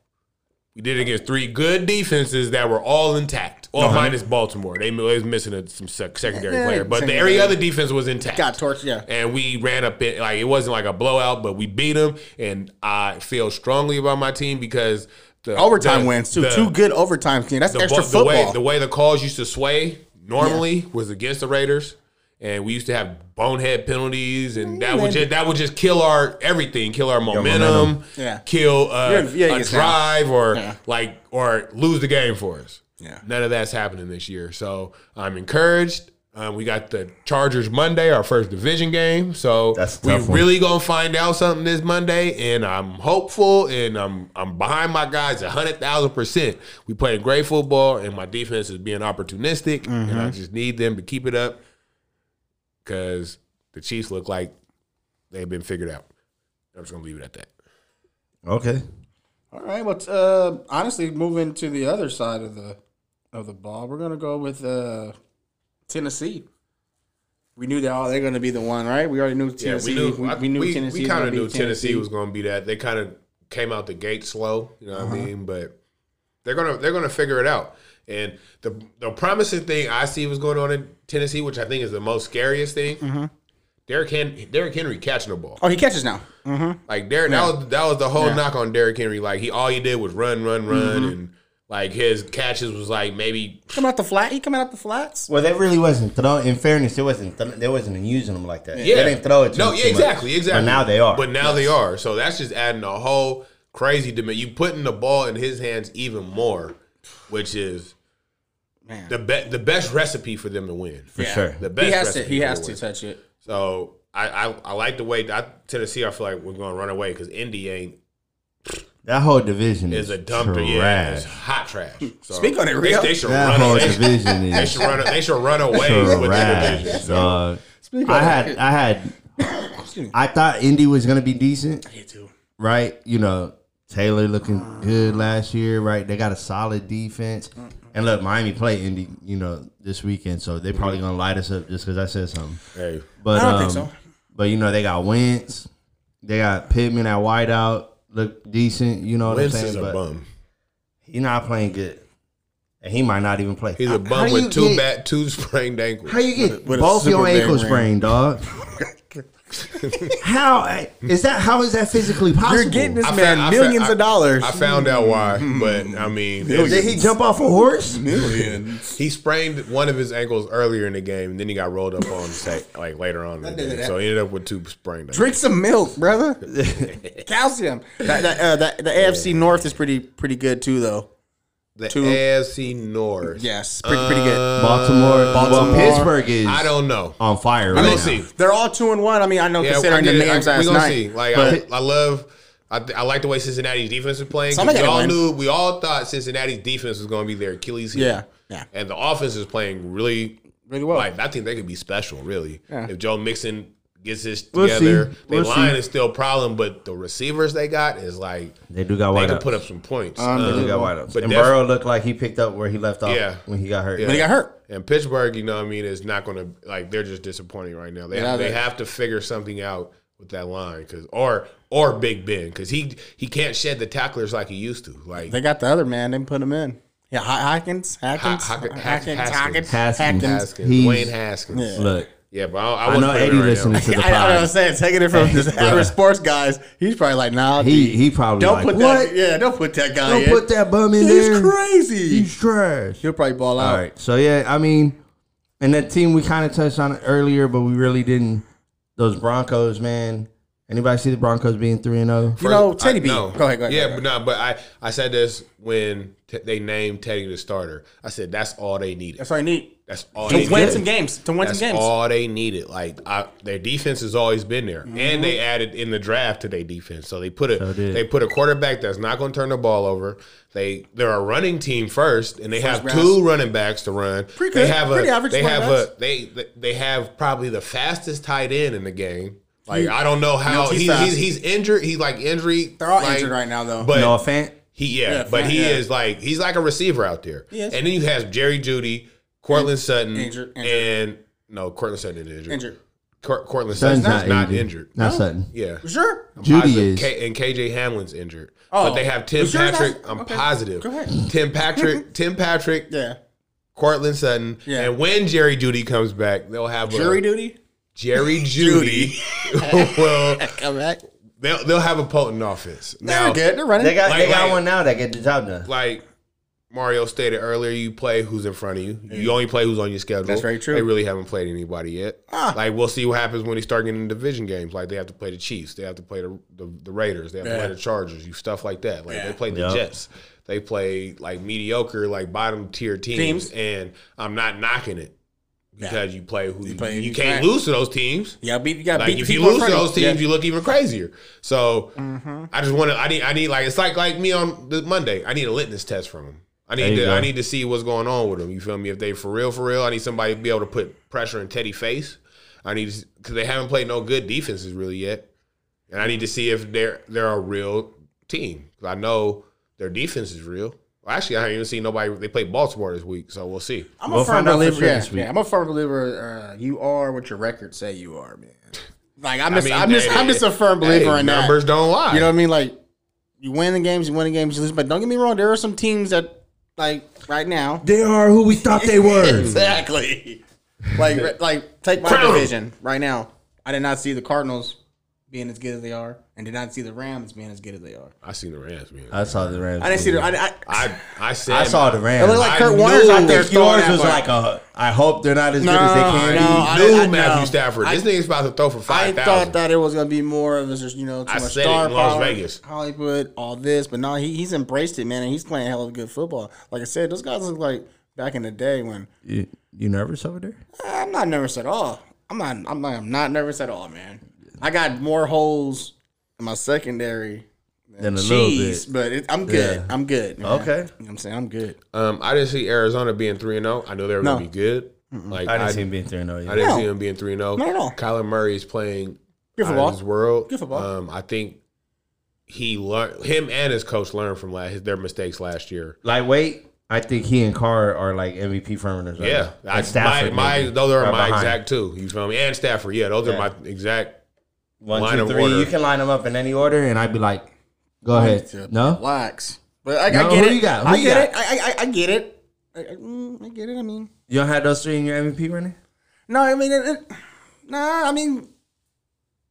Speaker 1: We did it against three good defenses that were all intact. Well, minus Baltimore, they was missing a, some sec- secondary
Speaker 2: Uh-huh. Yeah,
Speaker 1: player, but the,
Speaker 2: secondary.
Speaker 1: every other defense was intact.
Speaker 2: Got torched. Yeah,
Speaker 1: And we ran up in like it wasn't like a blowout, but we beat them. And I feel strongly about my team because the
Speaker 2: overtime
Speaker 1: the-
Speaker 2: wins too.
Speaker 1: the-
Speaker 2: Two good overtime teams. That's
Speaker 1: the,
Speaker 2: extra
Speaker 1: wa- the
Speaker 2: football.
Speaker 1: way the way the calls used to sway normally was against the Raiders, and we used to have bonehead penalties, and that would just that would just kill our everything, kill our momentum,
Speaker 3: momentum.
Speaker 2: Yeah.
Speaker 1: kill
Speaker 2: You're
Speaker 1: uh,
Speaker 2: in Vegas
Speaker 1: a
Speaker 2: now.
Speaker 1: drive or
Speaker 2: Yeah.
Speaker 1: like or lose the game for us.
Speaker 2: Yeah.
Speaker 1: none of that's happening this year, so I'm encouraged. Um, we got the Chargers Monday, our first division game. So
Speaker 3: That's a
Speaker 1: we
Speaker 3: tough one.
Speaker 1: really gonna find out something this Monday, and I'm hopeful, and I'm I'm behind my guys a hundred thousand percent. We playing great football, and my defense is being opportunistic, and
Speaker 3: Mm-hmm.
Speaker 1: I just need them to keep it up because the Chiefs look like they've been figured out. I'm just gonna leave it at that.
Speaker 3: Okay.
Speaker 2: All right. Well, t- uh, honestly, moving to the other side of the of the ball, we're gonna go with uh, Tennessee. We knew that all they're gonna be the one, right? We already knew Tennessee. we, we, knew Tennessee.
Speaker 1: We kind
Speaker 2: was gonna
Speaker 1: of
Speaker 2: be
Speaker 1: knew Tennessee was going to be that. They kind of came out the gate slow. You know
Speaker 2: Uh-huh.
Speaker 1: what I mean? But they're gonna they're gonna figure it out. And the the promising thing I see was going on in Tennessee, which I think is the most scariest thing.
Speaker 2: Mm-hmm.
Speaker 1: Derrick, Hen- Derrick Henry catching the ball.
Speaker 2: Oh, he catches now.
Speaker 1: Like Derrick, that was that was the whole knock on Derrick Henry. Like he all he did was run, run, run,
Speaker 2: Mm-hmm.
Speaker 1: and like his catches was like maybe
Speaker 2: Come out the flat. He come out the flats.
Speaker 3: Well, that really wasn't throw. In fairness, it wasn't. Th- they wasn't using them like that.
Speaker 1: Yeah,
Speaker 3: They didn't throw it. To
Speaker 1: no,
Speaker 3: him
Speaker 1: yeah,
Speaker 3: too much.
Speaker 1: exactly, exactly.
Speaker 3: But now they are.
Speaker 1: But now they are. So that's just adding a whole crazy dimension. You putting the ball in his hands even more, which is
Speaker 2: Man,
Speaker 1: the be- the best recipe for them to win.
Speaker 3: for sure.
Speaker 1: The best
Speaker 2: he has to.
Speaker 1: recipe
Speaker 2: He
Speaker 1: for
Speaker 2: has
Speaker 1: them
Speaker 2: to
Speaker 1: win.
Speaker 2: touch it.
Speaker 1: So I, I I like the way I, Tennessee. I feel like we're gonna run away because Indy ain't
Speaker 3: that whole division
Speaker 1: is a dumper.
Speaker 3: dumpster.
Speaker 1: Yeah,
Speaker 3: Trash.
Speaker 1: it's hot trash. So
Speaker 2: Speak on it,
Speaker 1: they,
Speaker 2: Rio.
Speaker 1: they should
Speaker 3: That
Speaker 1: run.
Speaker 3: whole
Speaker 1: Away. They, should,
Speaker 3: division
Speaker 1: they
Speaker 3: is
Speaker 1: should run. They should run away with the division.
Speaker 3: trash. dog. I had. I had. I thought Indy was gonna be decent.
Speaker 2: Me too.
Speaker 3: right? You know, Taylor looking good last year, right? They got a solid defense. And look, Miami play Indy, you know, this weekend, so they probably gonna light us up just because I said something.
Speaker 1: Hey,
Speaker 3: But
Speaker 2: I don't
Speaker 3: um,
Speaker 2: think so.
Speaker 3: But you know, they got Wentz, they got Pittman at wideout, look decent. You know what
Speaker 1: Wentz
Speaker 3: I'm
Speaker 1: is
Speaker 3: saying?
Speaker 1: a
Speaker 3: But
Speaker 1: bum.
Speaker 3: he's not playing good, and he might not even play.
Speaker 1: He's a
Speaker 3: How
Speaker 1: bum
Speaker 3: do
Speaker 1: with
Speaker 3: you
Speaker 1: two
Speaker 3: get-
Speaker 1: bad two sprained ankles.
Speaker 3: How you get
Speaker 2: with a
Speaker 3: both your
Speaker 2: Superman
Speaker 3: ankles
Speaker 2: ring.
Speaker 3: sprained, dog? how is that? How is that physically possible?
Speaker 2: You're getting this
Speaker 1: I
Speaker 2: man
Speaker 1: found- I
Speaker 2: millions
Speaker 1: found-
Speaker 2: of dollars.
Speaker 1: I found out why,
Speaker 2: Mm.
Speaker 1: but I mean, it was-
Speaker 3: Did he jump off a horse?
Speaker 2: millions.
Speaker 1: he sprained one of his ankles earlier in the game, and then he got rolled up on say, like later on in the
Speaker 2: did
Speaker 1: game.
Speaker 2: that.
Speaker 1: So he ended up with two sprained ankles.
Speaker 2: Drink some milk, brother. Calcium. That, that, uh, that, the AFC North is pretty pretty good too, though.
Speaker 1: The
Speaker 2: two-
Speaker 1: AFC North.
Speaker 2: Yes, pretty pretty
Speaker 1: Uh,
Speaker 2: good.
Speaker 3: Baltimore,
Speaker 2: Baltimore.
Speaker 3: Well, Pittsburgh is
Speaker 1: I don't know.
Speaker 3: on fire. Right
Speaker 1: We'll
Speaker 3: now.
Speaker 1: see.
Speaker 2: They're all two and one. I mean, I know
Speaker 1: Yeah,
Speaker 2: considering
Speaker 1: I
Speaker 2: the
Speaker 1: did- I-
Speaker 2: names
Speaker 1: we
Speaker 2: last
Speaker 1: gonna
Speaker 2: night.
Speaker 1: see. Like
Speaker 3: But-
Speaker 1: I, I love. I, th- I like the way Cincinnati's defense is playing. 'cause
Speaker 2: Somebody
Speaker 1: We
Speaker 2: gotta
Speaker 1: all
Speaker 2: win.
Speaker 1: knew, we all thought Cincinnati's defense was going to be their Achilles heel.
Speaker 2: Yeah, yeah.
Speaker 1: And the offense is playing really,
Speaker 2: Really well.
Speaker 1: Like, I think they could be special, really. If Joe Mixon gets this
Speaker 3: We'll
Speaker 1: together,
Speaker 3: see.
Speaker 1: their
Speaker 3: We'll
Speaker 1: line
Speaker 3: see.
Speaker 1: is still a problem, but the receivers they got is like
Speaker 3: They do got
Speaker 1: they
Speaker 3: wide
Speaker 1: can
Speaker 3: ups.
Speaker 1: put up some points.
Speaker 3: they
Speaker 1: Um,
Speaker 3: do got wide ups.
Speaker 1: But
Speaker 3: And
Speaker 1: def-
Speaker 3: Burrow looked like he picked up where he left off
Speaker 1: Yeah.
Speaker 3: when he got hurt.
Speaker 2: But he got hurt.
Speaker 1: And Pittsburgh, you know, what I mean, is not going to like they're just disappointing right now. They
Speaker 2: Yeah,
Speaker 1: they
Speaker 2: they-
Speaker 1: have to figure something out with that line because or or Big Ben because he he can't shed the tacklers like he used to. Like
Speaker 2: They got the other man. They put him in. Yeah, Hi- Hawkins, Hawkins,
Speaker 1: Ha- Hawk-
Speaker 2: Hawkins,
Speaker 1: Haskins.
Speaker 2: Hawkins, Hawkins.
Speaker 3: Haskins.
Speaker 1: Haskins,
Speaker 3: He's-
Speaker 1: Wayne Haskins. Yeah,
Speaker 3: Look,
Speaker 1: but I, I,
Speaker 3: I
Speaker 1: wouldn't
Speaker 3: know
Speaker 1: put it
Speaker 3: Eddie
Speaker 1: right now.
Speaker 3: listening to the
Speaker 2: Yeah, I know what I'm
Speaker 3: pod.
Speaker 2: saying. Taking it from this
Speaker 3: Bruh.
Speaker 2: average sports guys, he's probably like, nah,
Speaker 3: He
Speaker 2: dude,
Speaker 3: he probably
Speaker 2: don't
Speaker 3: like,
Speaker 2: put
Speaker 3: what?
Speaker 2: that. Yeah, don't put that guy.
Speaker 3: Don't
Speaker 2: in.
Speaker 3: put that bum in
Speaker 2: He's
Speaker 3: there.
Speaker 2: crazy.
Speaker 3: He's trash.
Speaker 2: He'll probably ball out.
Speaker 3: All right. So yeah, I mean, and that team we kind of touched on it earlier, but we really didn't. Those Broncos, man. Anybody see the Broncos being three and oh? zero?
Speaker 2: You know, Teddy
Speaker 1: I-
Speaker 2: B.
Speaker 1: no.
Speaker 2: Go ahead, go ahead.
Speaker 1: Yeah,
Speaker 2: go ahead.
Speaker 1: but no, but I, I said this when t- they named Teddy the starter. I said that's all they needed.
Speaker 2: that's all you need
Speaker 1: That's all
Speaker 2: to
Speaker 1: they
Speaker 2: win
Speaker 1: needed.
Speaker 2: some games. To win
Speaker 1: That's
Speaker 2: some games.
Speaker 1: all they needed. Like I, their defense has always been there,
Speaker 2: Mm-hmm.
Speaker 1: and they added in the draft to their defense. So they put a
Speaker 3: did.
Speaker 1: they put a quarterback that's not going to turn the ball over. They they're a running team first, and they have
Speaker 2: round.
Speaker 1: two running backs to run.
Speaker 2: Pretty
Speaker 1: They
Speaker 2: good.
Speaker 1: have a
Speaker 2: Pretty average
Speaker 1: they have
Speaker 2: quarterbacks.
Speaker 1: a they they have probably the fastest tight end in the game. Like I don't know how
Speaker 2: No, he's
Speaker 1: he's,
Speaker 2: fast.
Speaker 1: he's, he's injured. He like injury.
Speaker 2: They're all
Speaker 1: like,
Speaker 2: injured right now, though.
Speaker 1: But
Speaker 3: No offense.
Speaker 1: he yeah,
Speaker 2: Yeah,
Speaker 1: but
Speaker 2: Fant,
Speaker 1: he
Speaker 2: yeah.
Speaker 1: is like he's like a receiver out there.
Speaker 2: Yes. Mm.
Speaker 1: And then you have Jerry Judy, Cortland Sutton,
Speaker 2: injured, injured.
Speaker 1: and no, Cortland Sutton is injured.
Speaker 2: injured.
Speaker 1: Cor- Cortland
Speaker 3: Sutton's
Speaker 1: Sutton's not, not injured.
Speaker 3: Not Sutton.
Speaker 1: Yeah.
Speaker 2: Sure.
Speaker 3: Judy
Speaker 1: Positive.
Speaker 3: is.
Speaker 1: K- and KJ Hamlin's injured.
Speaker 2: Oh.
Speaker 1: But they have Tim
Speaker 2: You sure that's-
Speaker 1: Patrick. I'm
Speaker 2: okay.
Speaker 1: positive.
Speaker 2: Go ahead.
Speaker 1: Tim Patrick, Tim Patrick,
Speaker 2: Yeah.
Speaker 1: Cortland Sutton,
Speaker 2: Yeah.
Speaker 1: and when Jerry Judy comes back, they'll have
Speaker 2: Jury
Speaker 1: a,
Speaker 2: duty.
Speaker 1: Jerry Judy. well,
Speaker 2: Come back.
Speaker 1: they'll they'll have a potent offense.
Speaker 2: They're good. They're running.
Speaker 3: They got they
Speaker 1: Like-
Speaker 3: got
Speaker 1: like-
Speaker 3: one now that get the job done.
Speaker 1: like Mario stated earlier, you play who's in front of you. You only play who's on your schedule.
Speaker 2: Mm. That's very true. Ah.
Speaker 1: They really haven't played anybody yet. Like we'll see what happens when they start getting in division games. Like they have to play the Chiefs, they have to play the the, the Raiders, they have to
Speaker 2: Yeah.
Speaker 1: play the Chargers, you stuff like that. Like
Speaker 2: Yeah.
Speaker 1: they played the
Speaker 3: Yup.
Speaker 1: Jets. They play like mediocre, like bottom tier teams,
Speaker 2: Teams.
Speaker 1: and I'm not knocking it because you play who you,
Speaker 2: play who
Speaker 1: you
Speaker 2: you
Speaker 1: can't
Speaker 2: can.
Speaker 1: lose to those teams.
Speaker 2: Yeah, beat. You got
Speaker 1: Like
Speaker 2: beat.
Speaker 1: if
Speaker 2: the
Speaker 1: you
Speaker 2: people in
Speaker 1: lose to
Speaker 2: front of
Speaker 1: those teams,
Speaker 2: Yeah.
Speaker 1: you look even crazier. So I just want to. I need. I need like it's like like me on the Monday. I need a litmus test from him. I need.
Speaker 3: you
Speaker 1: To,
Speaker 3: go.
Speaker 1: I need to see what's going on with them. You feel me? If they for real, for real, I need somebody to be able to put pressure in Teddy face. I need because they haven't played no good defenses really yet, and I need to see if they're they're a real team. 'Cause I know their defense is real. Well, actually, I haven't even seen nobody. They played Baltimore this week, so we'll see.
Speaker 2: I'm
Speaker 3: We'll
Speaker 2: a firm
Speaker 3: find out for
Speaker 2: believer.
Speaker 3: sure
Speaker 2: Yeah,
Speaker 3: this week.
Speaker 2: yeah, I'm a firm believer. Uh, you are what your records say you are, man. Like I'm just, I am
Speaker 1: hey,
Speaker 2: just, I'm just a firm
Speaker 1: hey,
Speaker 2: believer in that.
Speaker 1: numbers don't lie.
Speaker 2: You know what I mean? Like you win the games, you win the games, you lose. But don't get me wrong, there are some teams that, like right now,
Speaker 3: They are who we thought they were.
Speaker 2: exactly. Like, re- like take my
Speaker 1: Crown 'em.
Speaker 2: division right now. I did not see the Cardinals being as good as they are, and did not see the Rams being as good as they are.
Speaker 1: I seen the Rams, man.
Speaker 3: I saw the Rams.
Speaker 2: I didn't see the. I, I,
Speaker 1: I I said
Speaker 3: I saw the Rams.
Speaker 2: it looked like
Speaker 1: I
Speaker 2: Kurt
Speaker 1: knew-
Speaker 2: Warner's
Speaker 3: I
Speaker 2: out there
Speaker 3: think
Speaker 2: throwing
Speaker 3: yours
Speaker 2: that
Speaker 3: was
Speaker 2: like
Speaker 3: like a. I hope they're not as good as they
Speaker 2: No,
Speaker 3: can
Speaker 2: no,
Speaker 3: be.
Speaker 2: I-
Speaker 1: knew
Speaker 2: I-
Speaker 1: Matthew
Speaker 2: no.
Speaker 1: Stafford. this
Speaker 2: I-
Speaker 1: nigga's about to throw for
Speaker 2: I
Speaker 1: five
Speaker 2: thought
Speaker 1: thousand.
Speaker 2: that it was gonna be more of just you know too
Speaker 1: I
Speaker 2: much
Speaker 1: said it
Speaker 2: star
Speaker 1: in Las
Speaker 2: power,
Speaker 1: Vegas.
Speaker 2: Hollywood, all this, but no, he, he's embraced it, man, and he's playing hell of good football. Like I said, those guys look like back in the day when eh,
Speaker 3: You, you nervous over there?
Speaker 2: I'm not nervous at all. I'm not. I'm not. I'm not nervous at all, man. I got more holes in my secondary.
Speaker 3: Then a
Speaker 2: Jeez, but it, I'm good.
Speaker 3: Yeah.
Speaker 2: I'm good. man.
Speaker 3: Okay.
Speaker 2: You know what I'm saying I'm good.
Speaker 1: Um, I didn't see Arizona being three and zero. I knew they were
Speaker 2: No.
Speaker 1: gonna be good. Like
Speaker 3: I
Speaker 1: I,
Speaker 3: didn't see him being three and oh zero.
Speaker 1: I didn't
Speaker 2: No.
Speaker 1: see them being three and zero.
Speaker 2: Not at all.
Speaker 1: Kyler Murray is playing out of
Speaker 2: Good football.
Speaker 1: his world.
Speaker 2: Good football.
Speaker 1: Um, I think he learned him and his coach learned from last, their mistakes last year.
Speaker 3: Lightweight, I think he and Carr are like MVP front runners. right
Speaker 1: Yeah,
Speaker 3: now.
Speaker 1: I,
Speaker 3: And Stafford,
Speaker 1: my, my
Speaker 3: maybe,
Speaker 1: those are
Speaker 3: right
Speaker 1: my
Speaker 3: behind.
Speaker 1: exact two. You feel me? And Stafford, yeah, those are my exact.
Speaker 3: one,
Speaker 1: line
Speaker 3: two,
Speaker 1: of
Speaker 3: three.
Speaker 1: order.
Speaker 3: You can line them up in any order, and I'd be like, "Go ahead." No,
Speaker 2: Relax. But I,
Speaker 3: No,
Speaker 2: I get
Speaker 3: who
Speaker 2: it.
Speaker 3: you got? Who
Speaker 2: I
Speaker 3: you
Speaker 2: get
Speaker 3: got?
Speaker 2: it. I, I, I get it. I, I, mm, I get it. I mean,
Speaker 3: you don't have those three in your MVP running.
Speaker 2: no. I mean, it, it, nah. I mean,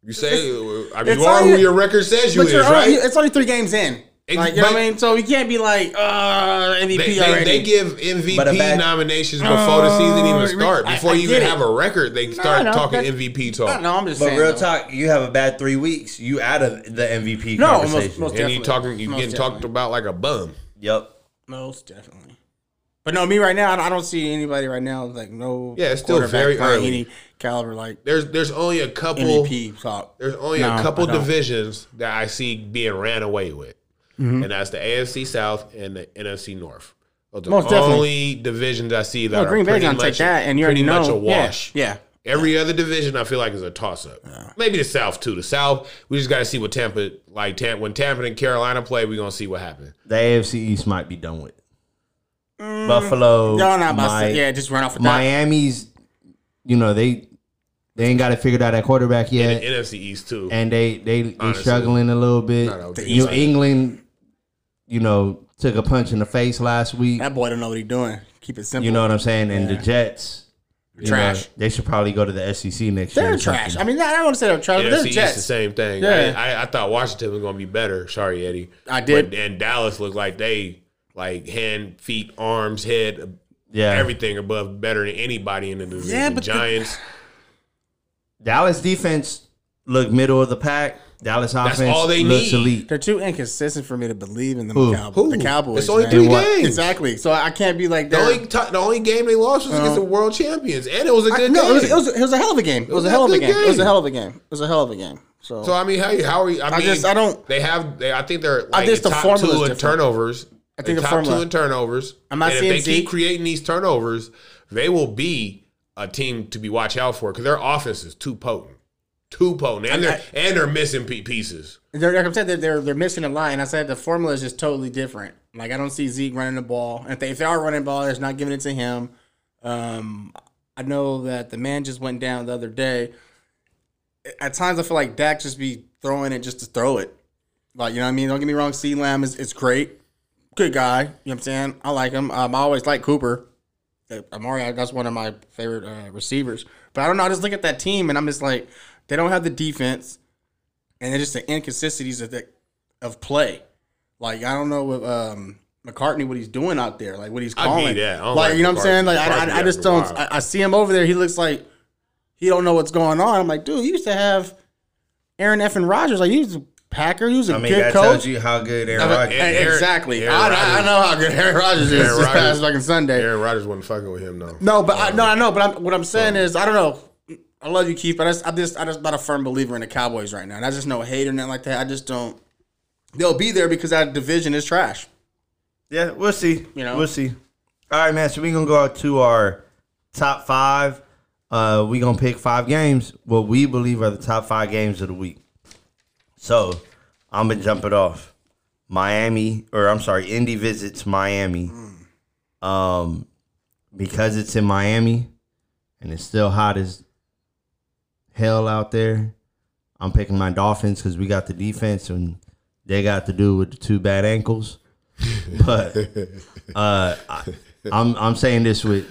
Speaker 1: You say you are
Speaker 2: it's all
Speaker 1: who
Speaker 2: you-
Speaker 1: your record says you
Speaker 2: but
Speaker 1: is,
Speaker 2: you're only,
Speaker 1: right?
Speaker 2: it's only three games in.
Speaker 1: Ex-
Speaker 2: Like, you know what
Speaker 1: but-
Speaker 2: I mean? So we can't be like uh, MVP
Speaker 1: They,
Speaker 2: already.
Speaker 1: they, they give
Speaker 3: But a
Speaker 1: MVP
Speaker 3: bad-
Speaker 1: nominations before the season even
Speaker 2: Uh,
Speaker 1: start.
Speaker 2: Oh, I-
Speaker 1: Before
Speaker 2: I
Speaker 1: you
Speaker 2: get
Speaker 1: even
Speaker 2: it.
Speaker 1: have a record, they start
Speaker 2: no,
Speaker 1: talking
Speaker 2: that-
Speaker 1: MVP
Speaker 2: I
Speaker 1: talk.
Speaker 2: don't know. I'm just
Speaker 3: But
Speaker 2: saying.
Speaker 3: real
Speaker 2: though.
Speaker 3: talk, you have a bad three weeks. You out of the MVP
Speaker 2: No, most-
Speaker 3: conversation.
Speaker 2: most-
Speaker 1: and you
Speaker 2: Definitely.
Speaker 1: talking, you
Speaker 2: Most
Speaker 1: getting talked
Speaker 2: definitely.
Speaker 1: about like a bum.
Speaker 3: yep.
Speaker 2: Most definitely. But no, me right now, I don't- I don't see anybody right now like no.
Speaker 1: Yeah, it's still
Speaker 2: quarterback
Speaker 1: very
Speaker 2: by
Speaker 1: early.
Speaker 2: Any caliber like
Speaker 1: There's there's only a couple.
Speaker 2: MVP talk.
Speaker 1: There's only
Speaker 2: No,
Speaker 1: a
Speaker 2: I
Speaker 1: couple
Speaker 2: don't.
Speaker 1: divisions that I see being ran away with,
Speaker 2: Mm-hmm.
Speaker 1: and that's the AFC South and the NFC North. Those are the
Speaker 2: Most definitely.
Speaker 1: only divisions I see that
Speaker 2: No, Green
Speaker 1: are
Speaker 2: Bay's
Speaker 1: pretty
Speaker 2: gonna
Speaker 1: much,
Speaker 2: take that, and you already
Speaker 1: pretty
Speaker 2: know.
Speaker 1: much a wash.
Speaker 2: Yeah,
Speaker 1: Every other division, I feel like, is a toss up. Maybe the South too. The South, we just got to see what Tampa like. Tam- when Tampa and Carolina play, we're gonna see what happens.
Speaker 3: The AFC East might be done with. Buffalo.
Speaker 2: Mm-hmm. Y'all not about
Speaker 3: Mi-
Speaker 2: to, yeah, just run off with that.
Speaker 3: Miami's, you know, they they ain't got it figured out at quarterback yet,
Speaker 1: NFC East too.
Speaker 3: and they they they
Speaker 1: Honestly.
Speaker 3: struggling a little bit.
Speaker 1: Not OG.
Speaker 3: New England, you know, took a punch in the face last week.
Speaker 2: That boy don't know what he's doing. Keep it simple.
Speaker 3: You know what I'm saying? And the Jets, you know,
Speaker 2: Trash.
Speaker 3: they should probably go to the SEC next year.
Speaker 2: they're
Speaker 3: or something.
Speaker 2: trash. I mean, I don't want to say they're trash, but
Speaker 1: NFC
Speaker 2: they're
Speaker 1: East the
Speaker 2: Oh, Jets.
Speaker 1: same thing.
Speaker 2: Yeah.
Speaker 1: I, I, I thought Washington was going to be better. Sorry, Eddie.
Speaker 2: I did.
Speaker 1: But, and Dallas looked like they like hand, feet, arms, head,
Speaker 3: Yeah,
Speaker 1: everything above better than anybody in the division.
Speaker 2: but the-
Speaker 1: Giants.
Speaker 3: Dallas defense look middle of the pack. Dallas offense
Speaker 1: all they need.
Speaker 3: looks elite.
Speaker 2: They're too inconsistent for me to believe in the
Speaker 3: Who?
Speaker 2: Cowboys. The
Speaker 1: Who?
Speaker 2: Cowboys.
Speaker 1: It's only
Speaker 2: man.
Speaker 1: three
Speaker 3: They won.
Speaker 1: games.
Speaker 2: Exactly. So I can't be like
Speaker 1: The
Speaker 2: that.
Speaker 1: only t- the only game they lost was against the world champions, and it was a good
Speaker 2: no,
Speaker 1: game.
Speaker 2: Uh, it was, it, was, it was a hell of a game. It was a hell of a
Speaker 1: good
Speaker 2: game. It was a
Speaker 1: game.
Speaker 2: hell of a game. It was a hell of a game. So,
Speaker 1: so I mean, how, you- how are you? I, mean,
Speaker 2: just- I don't-
Speaker 1: They have. They, I think they're like
Speaker 2: guess the
Speaker 1: top
Speaker 2: formula's
Speaker 1: two in
Speaker 2: different.
Speaker 1: turnovers. I
Speaker 2: think the
Speaker 1: top
Speaker 2: formula-
Speaker 1: two in turnovers.
Speaker 2: I'm not
Speaker 1: and
Speaker 2: seeing
Speaker 1: if they keep
Speaker 2: Zeke.
Speaker 1: creating these turnovers, they will be a team to be watch out for because their offense is too potent, too potent, and they're and they're missing pe- pieces.
Speaker 2: they're, like I'm saying, they're, they're, they're missing a line. I said the formula is just totally different. Like, I don't see Zeke running the ball. And if they, if they are running the ball, it's not giving it to him. Um, I know that the man just went down the other day. At times, I feel like Dak just be throwing it just to throw it. Like, you know what I mean? Don't get me wrong. C Lamb is, is great. Good guy. You know what I'm saying? I like him. Um, I always like Cooper. Uh, Amari, that's one of my favorite uh, receivers. But I don't know. I just look at that team and I'm just like, they don't have the defense. And it's just the inconsistencies of, the, of play. Like, I don't know with um, McCartney what he's doing out there, like what he's
Speaker 1: give you
Speaker 2: calling.
Speaker 1: that. I don't
Speaker 2: Like,
Speaker 1: like
Speaker 2: you know what I'm saying?
Speaker 1: McCartney.
Speaker 2: Like, I,
Speaker 1: McCartney
Speaker 2: I, I just
Speaker 1: after a
Speaker 2: don't.
Speaker 1: while.
Speaker 2: I, I see him over there. He looks like he don't know what's going on. I'm like, dude, you used to have Aaron F. and Rodgers. Like, he was a Packer. He was a
Speaker 3: I mean,
Speaker 2: good
Speaker 3: that
Speaker 2: coach.
Speaker 3: tells you how good Aaron
Speaker 2: Uh,
Speaker 3: Rodgers.
Speaker 1: and-
Speaker 2: hey,
Speaker 1: Aaron-
Speaker 2: exactly.
Speaker 1: Aaron
Speaker 2: I, I- I
Speaker 1: Rodgers-
Speaker 2: know how good Aaron Rodgers is
Speaker 1: Aaron
Speaker 2: this
Speaker 1: Rodgers-
Speaker 2: past fucking Sunday.
Speaker 1: Aaron Rodgers wasn't fucking with him though.
Speaker 2: No, but I, no, I know. But I'm, what I'm saying is, I don't know. I love you, Keith, but I, just- I'm just, I'm just not a firm believer in the Cowboys right now. And I just no hate or nothing like that. I just don't. They'll be there because our division is trash.
Speaker 3: Yeah, we'll see.
Speaker 2: You know?
Speaker 3: we'll see. All right, man. So we're gonna go out to our top five. Uh, we gonna pick five games. What we believe are the top five games of the week. So I'm gonna jump it off. Miami, or I'm sorry, Indy visits Miami. Um, because it's in Miami, and it's still hot as hell out there. I'm picking my Dolphins because we got the defense and they got to do with the two bad ankles. But uh, I, I'm I'm saying this with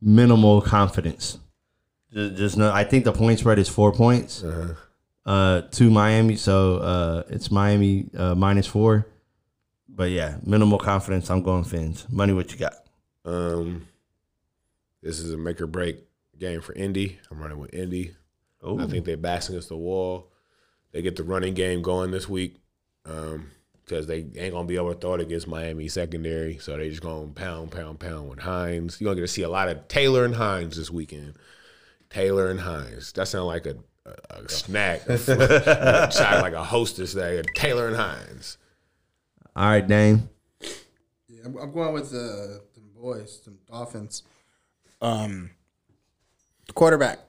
Speaker 3: minimal confidence. Just, just no, I think the point spread is four points uh to Miami, so uh, it's Miami uh, minus four. But yeah, minimal confidence. I'm going Fins. Money, what you got?
Speaker 1: Um, this is a make or break game for Indy. I'm running with Indy.
Speaker 3: Oh,
Speaker 1: I think they're backs against the wall. They get the running game going this week because they ain't gonna be able to throw it against Miami secondary. So they just gonna pound, pound, pound with Hines. You're gonna get to see a lot of Taylor and Hines this weekend. Taylor and Hines. That sounds like a, a, a snack, a, child, like a hostess. That Taylor and Hines.
Speaker 3: all right, Dame.
Speaker 2: Yeah, I'm, I'm going with the, the boys, the Dolphins. Um, the quarterback.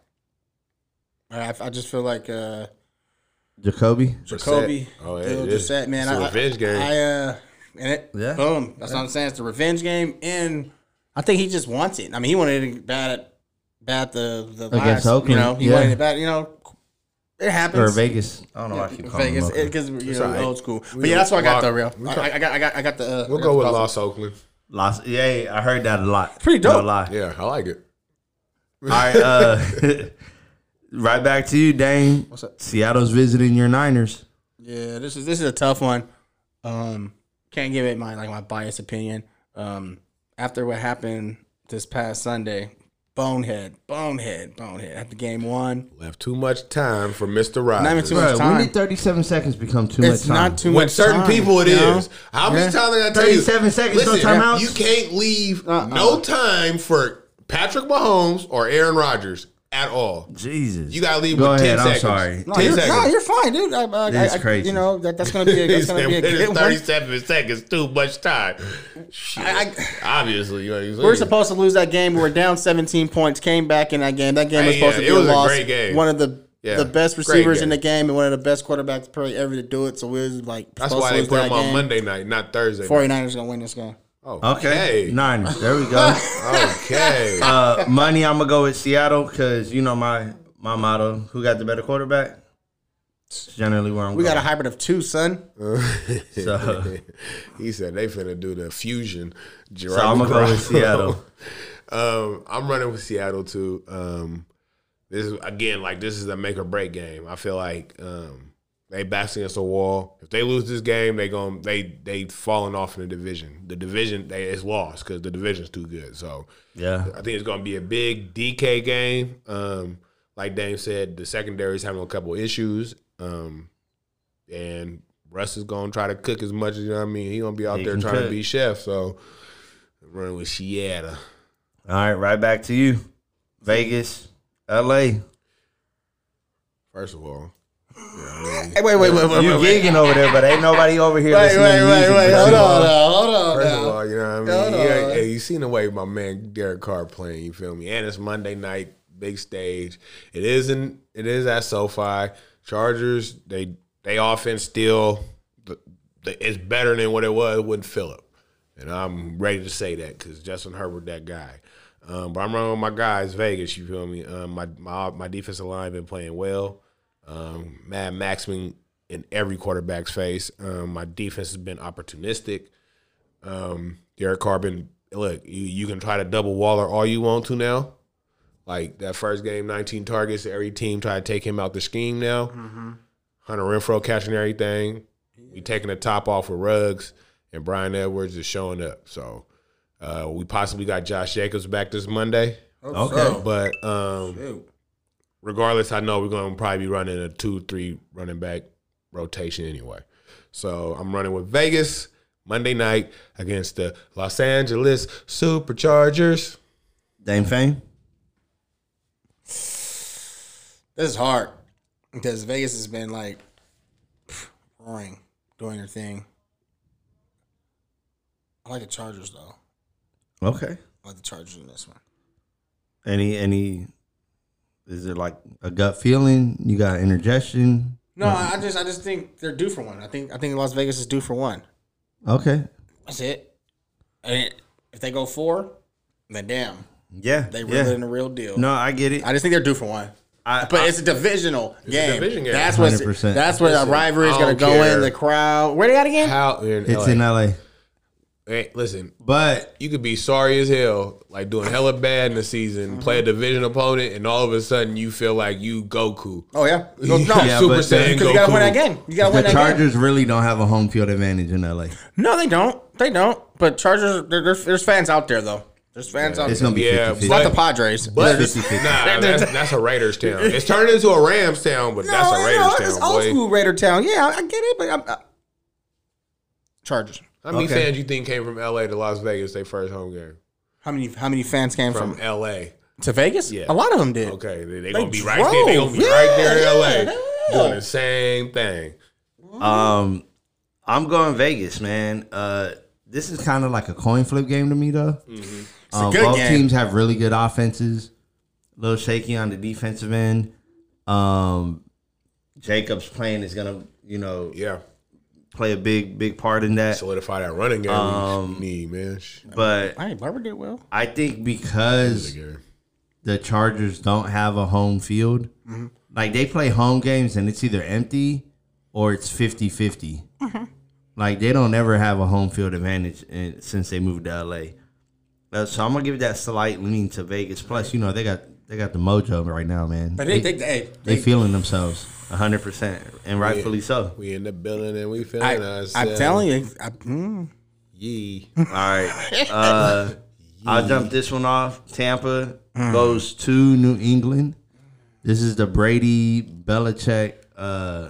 Speaker 2: I, I just feel like uh,
Speaker 3: Jacoby.
Speaker 2: Jacoby.
Speaker 1: Oh,
Speaker 2: Oh,
Speaker 1: yeah,
Speaker 2: yeah,
Speaker 1: it is.
Speaker 2: Brissett, man.
Speaker 1: It's a
Speaker 2: I-
Speaker 1: revenge game.
Speaker 2: I, uh, and it,
Speaker 3: Yeah.
Speaker 2: boom. That's what I'm saying. It's the revenge game, and I think he just wants it. I mean, he wanted it bad at bad the the last,
Speaker 3: Against
Speaker 2: you
Speaker 3: Oakland,
Speaker 2: know, he
Speaker 3: yeah.
Speaker 2: wanted it bad. You know, it
Speaker 3: Or
Speaker 2: happens.
Speaker 3: Vegas. I don't know why I keep calling
Speaker 2: Vegas,
Speaker 3: him Oakland.
Speaker 2: because you know
Speaker 1: all right.
Speaker 2: old school. But
Speaker 1: We-
Speaker 2: yeah, that's what I got though,
Speaker 1: we-
Speaker 2: real.
Speaker 1: we-
Speaker 2: I, I got, I got, I got the. Uh,
Speaker 1: We'll go with
Speaker 2: Dolphins.
Speaker 1: Los Oakland.
Speaker 3: Lost. Yeah, I heard that a lot.
Speaker 2: Pretty
Speaker 3: No
Speaker 2: dope.
Speaker 3: lie.
Speaker 1: Yeah, I like it.
Speaker 3: All right, uh, right back to you, Dame.
Speaker 2: up?
Speaker 3: Seattle's visiting your Niners.
Speaker 2: Yeah, this is this is a tough one. Um, can't give it my like my biased opinion. Um, after what happened this past Sunday, bonehead, bonehead, bonehead. After game one,
Speaker 1: Left too much time for Mister Rogers.
Speaker 2: not even too much
Speaker 3: Bro, when
Speaker 2: time.
Speaker 3: did 37 seconds become too
Speaker 2: It's
Speaker 3: much time?
Speaker 2: not too
Speaker 1: When
Speaker 2: much.
Speaker 1: certain
Speaker 2: time,
Speaker 1: people, it
Speaker 2: you
Speaker 1: is.
Speaker 2: know?
Speaker 1: How many times did I tell you?
Speaker 3: 37 seconds, no
Speaker 1: Listen,
Speaker 3: timeouts?
Speaker 1: You can't leave
Speaker 2: Uh-uh.
Speaker 1: no time for Patrick Mahomes or Aaron Rodgers at all.
Speaker 3: Jesus.
Speaker 1: You gotta leave
Speaker 3: Go
Speaker 1: with
Speaker 3: ahead.
Speaker 1: 10
Speaker 3: I'm
Speaker 1: seconds.
Speaker 3: sorry.
Speaker 2: No,
Speaker 1: 10
Speaker 2: you're,
Speaker 1: seconds.
Speaker 2: no, you're fine, dude. I, I,
Speaker 3: This is
Speaker 2: I- I-
Speaker 3: crazy.
Speaker 2: You know that, that's gonna be a, that's gonna be a good one.
Speaker 1: Thirty-seven seconds, too much time. Shit.
Speaker 2: I-
Speaker 1: Obviously, you know what I'm saying?
Speaker 2: We're supposed to lose that game. We were down 17 points. Came back in that game. That game was
Speaker 1: Hey,
Speaker 2: supposed
Speaker 1: yeah,
Speaker 2: to
Speaker 1: it
Speaker 2: be
Speaker 1: was a
Speaker 2: a loss.
Speaker 1: great game.
Speaker 2: One of the
Speaker 1: Yeah,
Speaker 2: the best
Speaker 1: great
Speaker 2: receivers
Speaker 1: game.
Speaker 2: in the game and one of the best quarterbacks probably ever to do it. So we was like
Speaker 1: That's
Speaker 2: supposed
Speaker 1: why
Speaker 2: to
Speaker 1: they
Speaker 2: lose
Speaker 1: put
Speaker 2: that
Speaker 1: him on
Speaker 2: game.
Speaker 1: Monday night, not Thursday. night.
Speaker 2: 49ers gonna win this game.
Speaker 3: Okay.
Speaker 1: Okay.
Speaker 3: Niners. There we go.
Speaker 1: Okay.
Speaker 3: uh, money, I'm gonna go with Seattle because you know my my motto: who got the better quarterback? It's generally where I'm
Speaker 2: We
Speaker 3: going.
Speaker 2: got a hybrid of two, son.
Speaker 3: so,
Speaker 1: he said they finna do the fusion.
Speaker 3: so I'm gonna go with Seattle.
Speaker 1: Um, I'm running with Seattle too. Um, this is again like this is a make or break game. I feel like um, they backs against a wall. If they lose this game, they going they they falling off in the division. The division they it's lost because the division's too good. So
Speaker 3: Yeah.
Speaker 1: I think it's going to be a big DK game. Um, like Dame said, the secondary's having a couple issues, um, and Russ is going to try to cook as much as you know. what I mean, he's going to be out
Speaker 3: He
Speaker 1: there
Speaker 3: can
Speaker 1: trying to
Speaker 3: cook.
Speaker 1: be chef. So I'm running with Seattle.
Speaker 3: All right, right back to you, Vegas, L.A.
Speaker 1: First of all,
Speaker 2: Hey, wait, wait, wait, wait,
Speaker 3: You
Speaker 2: wait, wait,
Speaker 3: gigging over there, but ain't nobody over here
Speaker 2: wait,
Speaker 3: listening
Speaker 2: wait,
Speaker 3: to
Speaker 2: wait,
Speaker 3: music.
Speaker 2: wait.
Speaker 3: but
Speaker 2: Hold
Speaker 3: you.
Speaker 2: on, now, hold on.
Speaker 1: First of
Speaker 2: now.
Speaker 1: all, you know what I
Speaker 2: Hold
Speaker 1: mean. Yeah,
Speaker 2: on.
Speaker 1: hey, you seen the way my man Derek Carr playing. You feel me? And it's Monday night, big stage. It isn't. It is at SoFi. Chargers. They they offense still. th- th- It's better than what it was with Phillip, and I'm ready to say that because Justin Herbert, that guy. Um, but I'm running with my guys, Vegas. You feel me? Um, my my my defensive line been playing well. Um, Mad Maxman in every quarterback's face. Um, my defense has been opportunistic. Um, Derek Carr been look, you, you can try to double Waller all you want to now. Like that first game, 19 targets. Every team try to take him out the scheme now. Hunter Renfro catching everything. We taking the top off with Ruggs and Brian Edwards is showing up. So uh, we possibly got Josh Jacobs back this Monday.
Speaker 2: Hope
Speaker 3: Okay.
Speaker 2: so.
Speaker 1: But um,
Speaker 2: Shoot.
Speaker 1: regardless, I know we're going to probably be running a two, three running back rotation anyway. So I'm running with Vegas Monday night against the Los Angeles Superchargers.
Speaker 3: Dame Fame.
Speaker 2: This is hard because Vegas has been like roaring, doing their thing. I like the Chargers though.
Speaker 3: Okay.
Speaker 2: I like the Chargers in this one.
Speaker 3: Any any. Is it like a gut feeling? You got indigestion?
Speaker 2: No, I I just I just think they're due for one. I think I think Las Vegas is due for one.
Speaker 3: Okay.
Speaker 2: That's it. And if they go four, then damn,
Speaker 3: Yeah.
Speaker 2: they
Speaker 3: yeah.
Speaker 2: really in the real deal.
Speaker 3: No, I get it.
Speaker 2: I just think they're due for one.
Speaker 3: I,
Speaker 2: But it's a divisional game.
Speaker 1: division game.
Speaker 2: That's what's
Speaker 3: 100%.
Speaker 2: that's where
Speaker 1: Listen,
Speaker 2: the rivalry is
Speaker 1: I
Speaker 2: gonna
Speaker 1: don't
Speaker 2: go
Speaker 1: care.
Speaker 2: in. The crowd. Where they got again?
Speaker 1: How in
Speaker 3: it's
Speaker 1: LA?
Speaker 3: in LA.
Speaker 1: Hey, listen,
Speaker 3: But
Speaker 1: you could be sorry as hell, like doing hella bad in the season,
Speaker 2: Mm-hmm.
Speaker 1: play a division opponent, and all of a sudden you feel like you Goku.
Speaker 2: Oh yeah. No,
Speaker 1: You
Speaker 2: no.
Speaker 3: Yeah,
Speaker 1: Super
Speaker 3: but the-
Speaker 1: Saiyan
Speaker 2: Because
Speaker 1: Goku.
Speaker 2: you gotta win that game. You gotta
Speaker 3: the
Speaker 2: win that game.
Speaker 3: Chargers really don't have a home field advantage in LA.
Speaker 2: No, they don't. They don't. But Chargers, there- there's, there's fans out there though. There's fans out
Speaker 3: It's
Speaker 2: there.
Speaker 3: gonna be
Speaker 1: Yeah,
Speaker 3: 50
Speaker 2: Not
Speaker 1: but-
Speaker 2: the Padres.
Speaker 1: But
Speaker 2: They're just-
Speaker 1: nah, that's, that's a Raiders town. It's turned into a Rams town, but that's a
Speaker 2: No,
Speaker 1: Raiders
Speaker 2: no,
Speaker 1: town,
Speaker 2: It's
Speaker 1: boy.
Speaker 2: old school Raider town. Yeah, I, I get it, but I'm I- Chargers.
Speaker 1: How many
Speaker 3: Okay.
Speaker 1: fans you think came from LA to Las Vegas their first home game?
Speaker 2: How many how many fans came from,
Speaker 1: From LA.
Speaker 2: to Vegas?
Speaker 1: Yeah.
Speaker 2: A lot of them did.
Speaker 1: Okay, they, they gonna be
Speaker 2: drove.
Speaker 1: right there. They gonna be
Speaker 2: Yeah,
Speaker 1: right there in
Speaker 2: yeah,
Speaker 1: LA
Speaker 2: they will.
Speaker 1: doing the same thing.
Speaker 3: Um, I'm going Vegas, man. Uh, this is kind of like a coin flip game to me, though. Um,
Speaker 2: Mm-hmm. good
Speaker 3: both
Speaker 2: game.
Speaker 3: teams have really good offenses. A little shaky on the defensive end. Um, Jacobs playing is gonna, you know,
Speaker 1: Yeah,
Speaker 3: play a big, big part in that.
Speaker 1: solidify that running game
Speaker 3: Um,
Speaker 1: we need, man. Sh-
Speaker 3: But
Speaker 2: Hey, Barber did well.
Speaker 3: I think because
Speaker 1: nigga.
Speaker 3: the Chargers don't have a home field. Like they play home games and it's either empty or it's 50 50. Like they don't ever have a home field advantage in, since they moved to LA. Uh, so I'm gonna give that slight lean to Vegas. Plus, you know they got they got the mojo right now, man.
Speaker 2: But
Speaker 3: they,
Speaker 2: they, they, they,
Speaker 3: they feeling themselves 100 percent and rightfully so.
Speaker 1: We in the building and we feeling
Speaker 2: I,
Speaker 1: ourselves.
Speaker 2: I'm telling you, I, mm,
Speaker 1: Yee.
Speaker 3: All right, uh, I'll jump this one off. Tampa goes to New England. This is the Brady Belichick, uh,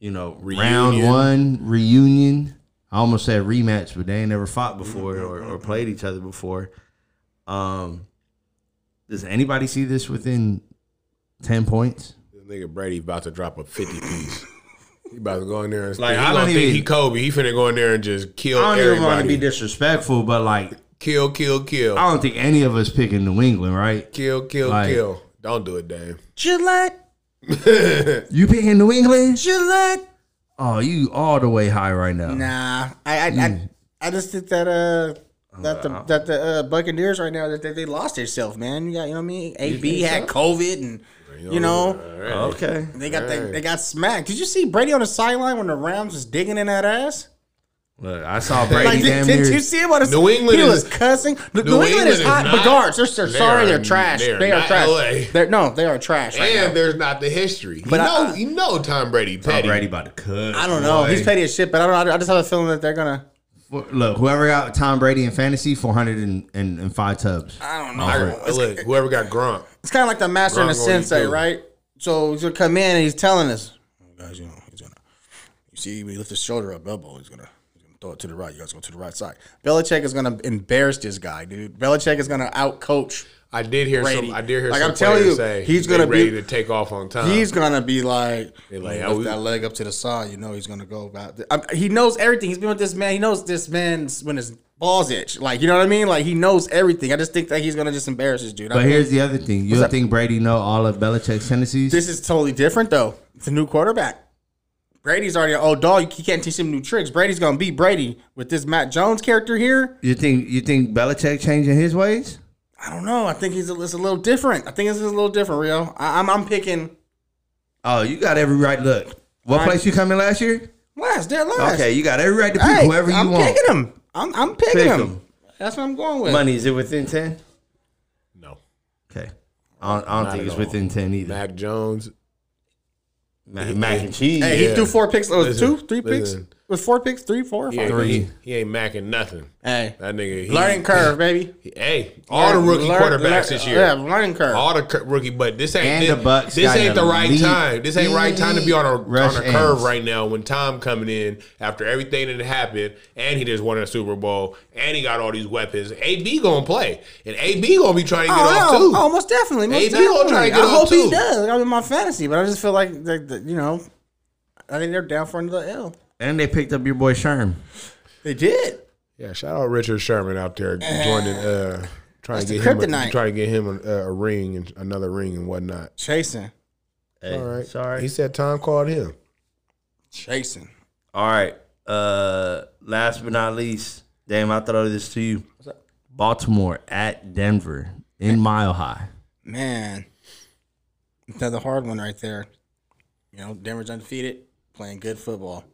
Speaker 3: you know, round
Speaker 1: Reunion.
Speaker 3: one reunion. I almost said rematch, but they ain't never fought before or, or played each other before. Um, does anybody see this within ten points?
Speaker 1: This nigga Brady about to drop a fifty piece. he about to go in there and
Speaker 3: Like,
Speaker 1: like,
Speaker 3: I
Speaker 1: I
Speaker 3: don't
Speaker 1: don't think
Speaker 3: even-
Speaker 1: he Kobe. He finna go in there and just kill
Speaker 3: I don't even want to
Speaker 1: Oh, everybody.
Speaker 3: be disrespectful, but like,
Speaker 1: kill, kill, kill,
Speaker 3: I don't think any of us picking New England, right?
Speaker 1: kill, kill,
Speaker 3: Like-
Speaker 1: kill. Don't do it, Dame.
Speaker 2: Gillette,
Speaker 3: You picking New England?
Speaker 2: Gillette.
Speaker 3: Oh, you all the way high right now.
Speaker 1: Hmm.
Speaker 2: Nah, I, I, I, I just think that uh that the that the uh, Buccaneers right now that they, they lost themselves, man. You got you know what I mean. AB had COVID and you know
Speaker 3: Okay.
Speaker 2: they got they, they got smacked. Did you see Brady on the sideline when the Rams was digging in that ass?
Speaker 3: Look, I saw Brady
Speaker 2: Like,
Speaker 3: damn
Speaker 2: did,
Speaker 3: near.
Speaker 2: did you see him on the
Speaker 1: New England
Speaker 2: He
Speaker 1: is-
Speaker 2: was cussing. New, New England, is hot
Speaker 1: not-
Speaker 2: regards. They're, they're
Speaker 1: they
Speaker 2: sorry,
Speaker 1: are-
Speaker 2: they're trash.
Speaker 1: they are
Speaker 2: They're
Speaker 1: not
Speaker 2: trash.
Speaker 1: LA.
Speaker 2: They're no, they are trash. Right now.
Speaker 1: And there's not the history. You
Speaker 2: But
Speaker 1: know,
Speaker 2: I-
Speaker 1: you know Tom Brady
Speaker 3: Tom
Speaker 1: petty.
Speaker 3: Brady about to cut.
Speaker 2: I don't know.
Speaker 3: boy.
Speaker 2: He's petty as shit, but I don't. know. I just have a feeling that they're gonna.
Speaker 3: Look, whoever got Tom Brady in fantasy, 405 tubs.
Speaker 2: I don't know.
Speaker 1: I- look, whoever got Gronk.
Speaker 2: It's kind of like the master and the
Speaker 1: Wrong what you
Speaker 2: sensei,
Speaker 1: do.
Speaker 2: right? So he's gonna come in and he's telling us, guys, you know, he's gonna. You see, when he lift his shoulder up, elbow, he's gonna. he's gonna Throw it to the right. You guys go to the right side. Belichick is gonna embarrass this guy, dude. Belichick is gonna outcoach.
Speaker 1: I did hear
Speaker 2: Brady.
Speaker 1: some. I did hear
Speaker 2: Like,
Speaker 1: some
Speaker 2: I'm telling
Speaker 1: players
Speaker 2: you,
Speaker 1: say
Speaker 2: he's
Speaker 1: they
Speaker 2: gonna be-
Speaker 1: ready to take off on time.
Speaker 2: He's gonna be like,
Speaker 1: like,
Speaker 2: lift
Speaker 1: oh, we-
Speaker 2: that leg up to the side. You know, he's gonna go about. th- I mean, he knows everything. He's been with this man. He knows this man's when his balls itch. Like, you know what I mean? Like, he knows everything. I just think that he's gonna just embarrass this dude. I
Speaker 3: But
Speaker 2: think-
Speaker 3: here's the other thing. You don't think Brady know all of Belichick's tendencies?
Speaker 2: This is totally different, though. It's a new quarterback. Brady's already an old dog. You can't teach him new tricks. Brady's gonna be Brady with this Matt Jones character here.
Speaker 3: you think you think Belichick changing his ways?
Speaker 2: I don't know. I think he's a, it's a little different. I think it's a little different, Rio. I, I'm I'm picking
Speaker 3: Oh, you got every right. Look, what
Speaker 2: Right.
Speaker 3: place you come in last year?
Speaker 2: last. They're last.
Speaker 3: Okay, you got every right to pick
Speaker 2: Hey,
Speaker 3: whoever you
Speaker 2: I'm
Speaker 3: want.
Speaker 2: picking him. I'm I'm picking
Speaker 3: Pick
Speaker 2: him.
Speaker 3: him.
Speaker 2: That's what I'm going with.
Speaker 3: Money is it within ten?
Speaker 1: no.
Speaker 3: Okay, I don't, I don't think
Speaker 1: at
Speaker 3: it's
Speaker 1: all.
Speaker 3: within ten either.
Speaker 1: Mac Jones.
Speaker 3: Mac, mac and cheese.
Speaker 2: Hey,
Speaker 1: Yeah.
Speaker 2: he threw four picks. Was it
Speaker 1: Listen,
Speaker 2: two, three
Speaker 1: listen.
Speaker 2: picks? Was four picks? Three, four,
Speaker 1: He
Speaker 2: five?
Speaker 1: ain't,
Speaker 3: Three.
Speaker 1: He, he ain't macking nothing.
Speaker 2: Hey,
Speaker 1: That nigga. He,
Speaker 2: learning curve, baby.
Speaker 1: Hey, all the rookie
Speaker 2: Learn-
Speaker 1: quarterbacks
Speaker 2: learn-
Speaker 1: this year.
Speaker 2: Yeah, learning curve.
Speaker 1: All the cur- rookie, but this ain't
Speaker 3: And
Speaker 1: this,
Speaker 3: the Bucks
Speaker 1: this
Speaker 3: got
Speaker 1: ain't
Speaker 3: an
Speaker 1: the right
Speaker 3: elite
Speaker 1: time. This ain't right time to be on a
Speaker 3: rush
Speaker 1: on a curve
Speaker 3: ends.
Speaker 1: right now. When Tom coming in after everything that happened, and he just won a Super Bowl, and he got all these weapons. AB gonna play, and AB gonna be trying to get off
Speaker 2: no.
Speaker 1: too.
Speaker 2: Oh, most definitely. Most
Speaker 1: Hey, Bill
Speaker 2: definitely.
Speaker 1: trying to get
Speaker 2: I
Speaker 1: off
Speaker 2: hope
Speaker 1: too.
Speaker 2: he does. I'm in my fantasy, but I just feel like, that that, you know, I think they're down for another L.
Speaker 3: and they picked up your boy Sherm.
Speaker 2: They did.
Speaker 1: Yeah, shout out Richard Sherman out there joining, uh, trying to
Speaker 2: Eh,
Speaker 1: get
Speaker 2: the
Speaker 1: him, a,
Speaker 2: kryptonite.
Speaker 1: trying to get him a, a ring and another ring and whatnot.
Speaker 2: Chasing.
Speaker 3: Hey,
Speaker 1: All right,
Speaker 3: sorry.
Speaker 1: He said Tom called him.
Speaker 2: Chasing.
Speaker 3: All right. Uh, last but not least, damn, I throw this to you. Baltimore at Denver in Mile High.
Speaker 2: Man. Another hard one right there. You know, Denver's undefeated, playing good football.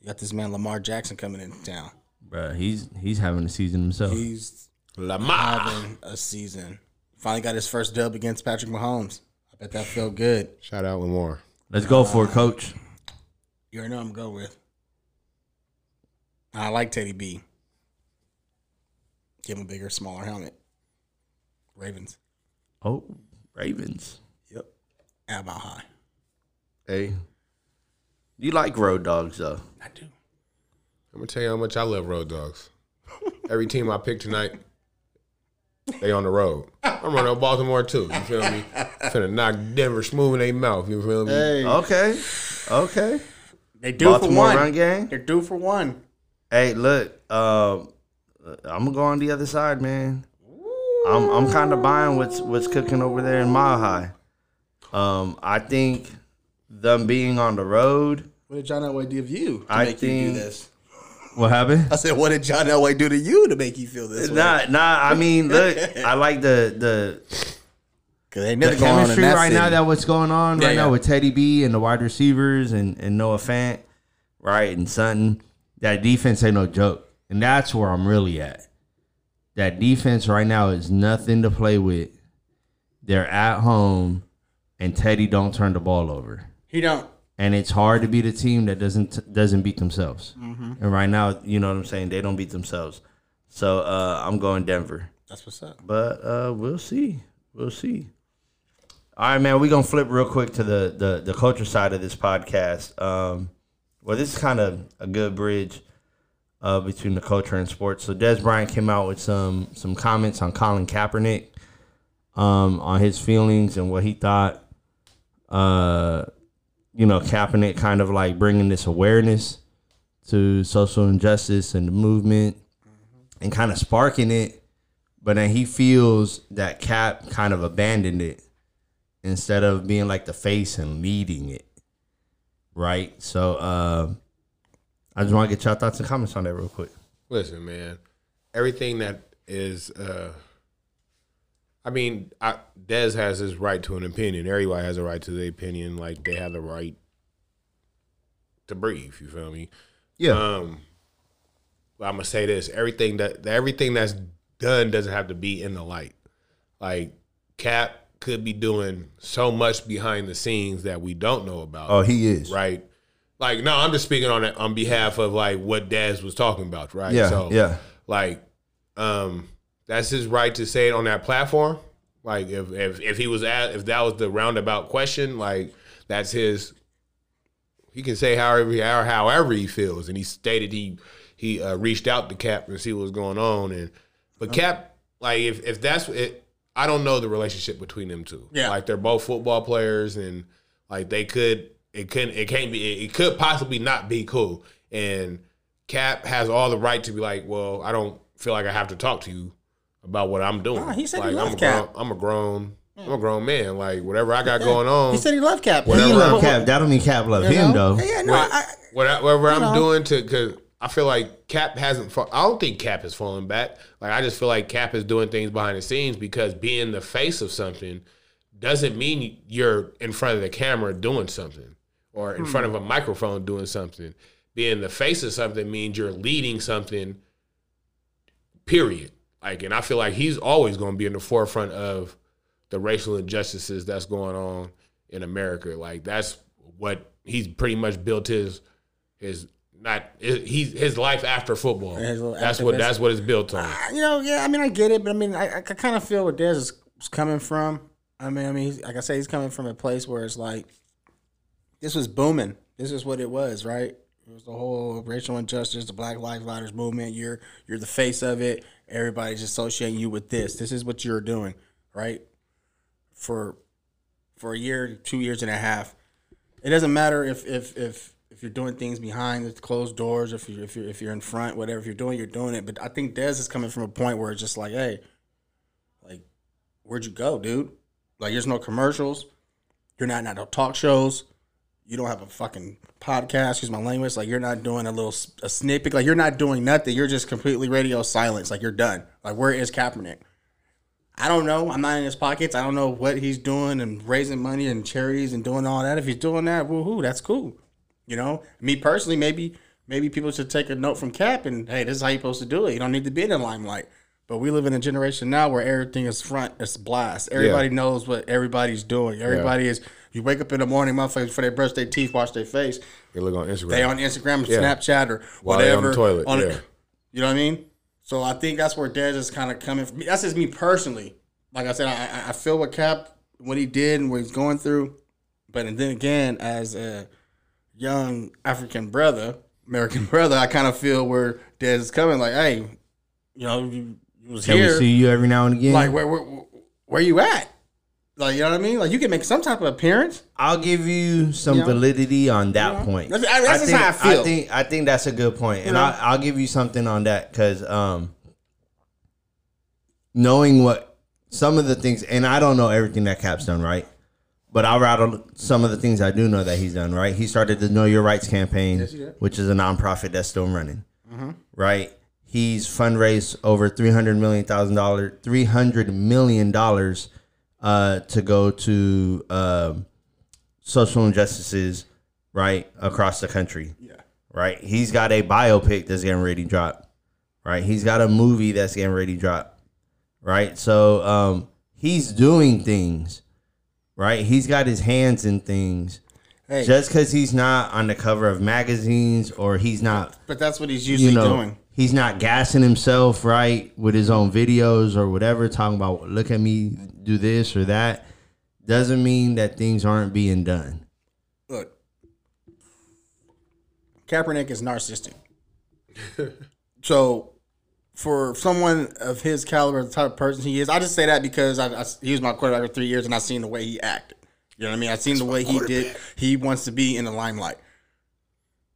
Speaker 2: You got this man Lamar Jackson coming into town.
Speaker 3: Bruh, he's he's having a season himself.
Speaker 2: He's
Speaker 1: Lamar.
Speaker 2: having a season. Finally got his first dub against Patrick Mahomes. I bet that felt good.
Speaker 1: Shout out Lamar.
Speaker 3: Let's go for it, coach.
Speaker 2: You already know I'm going with. I like Teddy B. Give him a bigger, smaller helmet. Ravens.
Speaker 3: Oh, Ravens.
Speaker 2: Yep. How about high?
Speaker 3: Hey. You like road dogs though.
Speaker 2: I do.
Speaker 1: I'm gonna tell you how much I love road dogs. Every team I pick tonight, they on the road. I'm running on Baltimore too. You feel me? Finna knock Denver smooth in their mouth. You feel me?
Speaker 3: Okay. Okay.
Speaker 2: They do
Speaker 3: Baltimore
Speaker 2: for
Speaker 3: run
Speaker 2: one.
Speaker 3: game.
Speaker 2: They're due for one.
Speaker 3: Hey, look, um, I'm gonna go on the other side, man. I'm I'm kind of buying what's what's cooking over there in Mile High. Um, I think them being on the road.
Speaker 2: What did John Elway give you to
Speaker 3: I
Speaker 2: make you
Speaker 3: think-
Speaker 2: do this?
Speaker 3: What happened?
Speaker 2: I said, what did John Elway do to you to make you feel this way?
Speaker 3: Nah, nah. I mean, look, I like the the
Speaker 2: 'Cause they
Speaker 3: the
Speaker 2: never going on in
Speaker 3: chemistry
Speaker 2: that
Speaker 3: right now
Speaker 2: city.
Speaker 3: that what's going on
Speaker 2: Yeah,
Speaker 3: right
Speaker 2: yeah.
Speaker 3: now with Teddy B and the wide receivers and and Noah Fant, right and Sutton. That defense ain't no joke, and that's where I'm really at. That defense right now is nothing to play with. They're at home, and Teddy don't turn the ball over
Speaker 2: he don't.
Speaker 3: and it's hard to beat a team that doesn't doesn't beat themselves.
Speaker 2: Mm-hmm.
Speaker 3: And right now, you know what I'm saying, they don't beat themselves. So uh, I'm going Denver,
Speaker 2: That's what's up.
Speaker 3: but uh, we'll see, we'll see. All right, man, we're gonna flip real quick to the the, the culture side of this podcast. Um, well, this is kind of a good bridge uh, between the culture and sports. So Des Bryant came out with some some comments on Colin Kaepernick, um, on his feelings and what he thought. Uh, you know, Kaepernick kind of like bringing this awareness to social injustice and the movement, and kind of sparking it. But then he feels that Cap kind of abandoned it instead of being like the face and leading it, um, right? So uh, I just want to get y'all thoughts and comments on that real quick.
Speaker 1: Listen, man, everything that is, uh, I mean, I, Des has his right to an opinion. Everybody has a right to their opinion. Like they have the right to breathe. You feel me?
Speaker 2: Uh,
Speaker 3: Yeah.
Speaker 1: Um, I'm gonna say this: everything that everything that's done doesn't have to be in the light. Like Cap could be doing so much behind the scenes that we don't know about
Speaker 4: Oh, he is.
Speaker 1: right? Like, no, I'm just speaking on it on behalf of like what Daz was talking about, right?
Speaker 4: Yeah,
Speaker 1: so,
Speaker 4: yeah.
Speaker 1: Like, um, that's his right to say it on that platform. Like, if if if he was at if that was the roundabout question, like that's his. He can say however he- how- however he feels, and he stated he he uh, reached out to Cap and see what was going on, and but Cap like if if that's it. I don't know the relationship between them two.
Speaker 2: Yeah.
Speaker 1: Like they're both football players and like they could it can it can't be it, it could possibly not be cool. And Cap has all the right to be like, well, I don't feel like I have to talk to you about what I'm doing.
Speaker 2: Nah, he said
Speaker 1: like,
Speaker 2: he
Speaker 1: I'm a
Speaker 2: loved
Speaker 1: grown,
Speaker 2: Cap.
Speaker 1: I'm a grown I'm a grown man. Like whatever I got going on,
Speaker 2: He said he loved Cap.
Speaker 3: He
Speaker 1: Whatever.
Speaker 3: love Cap. That don't mean Cap love
Speaker 2: You know?
Speaker 3: him though.
Speaker 2: Yeah, no,
Speaker 1: what,
Speaker 2: I, I-
Speaker 1: what I, whatever I'm
Speaker 2: know.
Speaker 1: doing to because I feel like Cap hasn't. Fa- I don't think Cap is falling back. Like I just feel like Cap is doing things behind the scenes because being the face of something doesn't mean you're in front of the camera doing something or in
Speaker 2: Hmm.
Speaker 1: front of a microphone doing something. Being the face of something means you're leading something. Period. Like, and I feel like he's always going to be in the forefront of the racial injustices that's going on in America. Like that's what he's pretty much built his his not his, he's his life after football.
Speaker 2: His little
Speaker 1: That's what
Speaker 2: activist.
Speaker 1: that's what it's built on.
Speaker 2: I- you know, yeah, I mean, I get it, but I mean, I, I kind of feel where Dez is is coming from. I mean, I mean, he's, like I say, he's coming from a place where it's like, this was booming. This is what it was, right? It was the whole racial injustice, the Black Lives Matters movement. You're you're the face of it. Everybody's associating you with this. This is what you're doing, right? For for a year, two years and a half. It doesn't matter if if if if you're doing things behind the closed doors, if you if you're if you're in front, whatever if you're doing, you're doing it. But I think Dez is coming from a point where it's just like, hey, like, where'd you go, dude? Like, there's no commercials. You're not not no talk shows. You don't have a fucking podcast. Use my language. Like, you're not doing a little s- a snippet. Like, you're not doing nothing. You're just completely radio silence. Like, you're done. Like, where is Kaepernick? I don't know. I'm not in his pockets. I don't know what he's doing and raising money and charities and doing all that. If he's doing that, woohoo, that's cool. You know, me personally, maybe maybe people should take a note from Cap and hey, this is how you're supposed to do it. You don't need to be in the limelight. But we live in a generation now where everything is front, it's blast. Everybody knows what everybody's doing. Everybody is. You wake up in the morning, motherfuckers, before they brush their teeth, wash their face.
Speaker 1: You look on Instagram.
Speaker 2: They on Instagram, or
Speaker 1: Yeah.
Speaker 2: Snapchat, or
Speaker 1: While they
Speaker 2: whatever.
Speaker 1: on the toilet,
Speaker 2: on-
Speaker 1: yeah.
Speaker 2: You know what I mean? So I think that's where Dez is kind of coming from. That's just me personally. Like I said, I, I- I feel what Cap, what he did and what he's going through. But and then again, as a young African brother, American brother, I kind of feel where Dez is coming. Like, hey, you know, you, you was
Speaker 3: Can
Speaker 2: here.
Speaker 3: we see you every now and again?
Speaker 2: Like, where, where, where you at? Like, you know what I mean? Like, you can make some type of appearance.
Speaker 3: I'll give you some
Speaker 2: Yeah.
Speaker 3: validity on that point.
Speaker 2: That's- I- that's just
Speaker 3: think,
Speaker 2: how I feel.
Speaker 3: think I think that's a good point, and
Speaker 2: know?
Speaker 3: I, I'll give you something on that because um, knowing what some of the things, and I don't know everything that Cap's done, right? But I'll rattle some of the things I do know that he's done, right? He started the Know Your Rights campaign, which is a nonprofit that's still running,
Speaker 2: Mm-hmm.
Speaker 3: right? He's fundraised over three hundred million thousand dollars, three hundred million dollars, uh, to go to um, social injustices right across the country. Yeah. Right. He's got a biopic that's getting ready to drop. Right. He's got a movie that's getting ready to drop. Right. So um he's doing things. Right. He's got his hands in things.
Speaker 2: Hey.
Speaker 3: Just because he's not on the cover of magazines or he's not
Speaker 2: But that's what he's
Speaker 3: you
Speaker 2: usually
Speaker 3: know,
Speaker 2: doing.
Speaker 3: he's not gassing himself, right, with his own videos or whatever, talking about look at me do this or that, doesn't mean that things aren't being done.
Speaker 2: look, Kaepernick is narcissistic. so, for someone of his caliber, the type of person he is, I just say that because I, I- he was my quarterback for three years, and I seen the way he acted. You know what I mean? I seen the way he did. He wants to be in the limelight.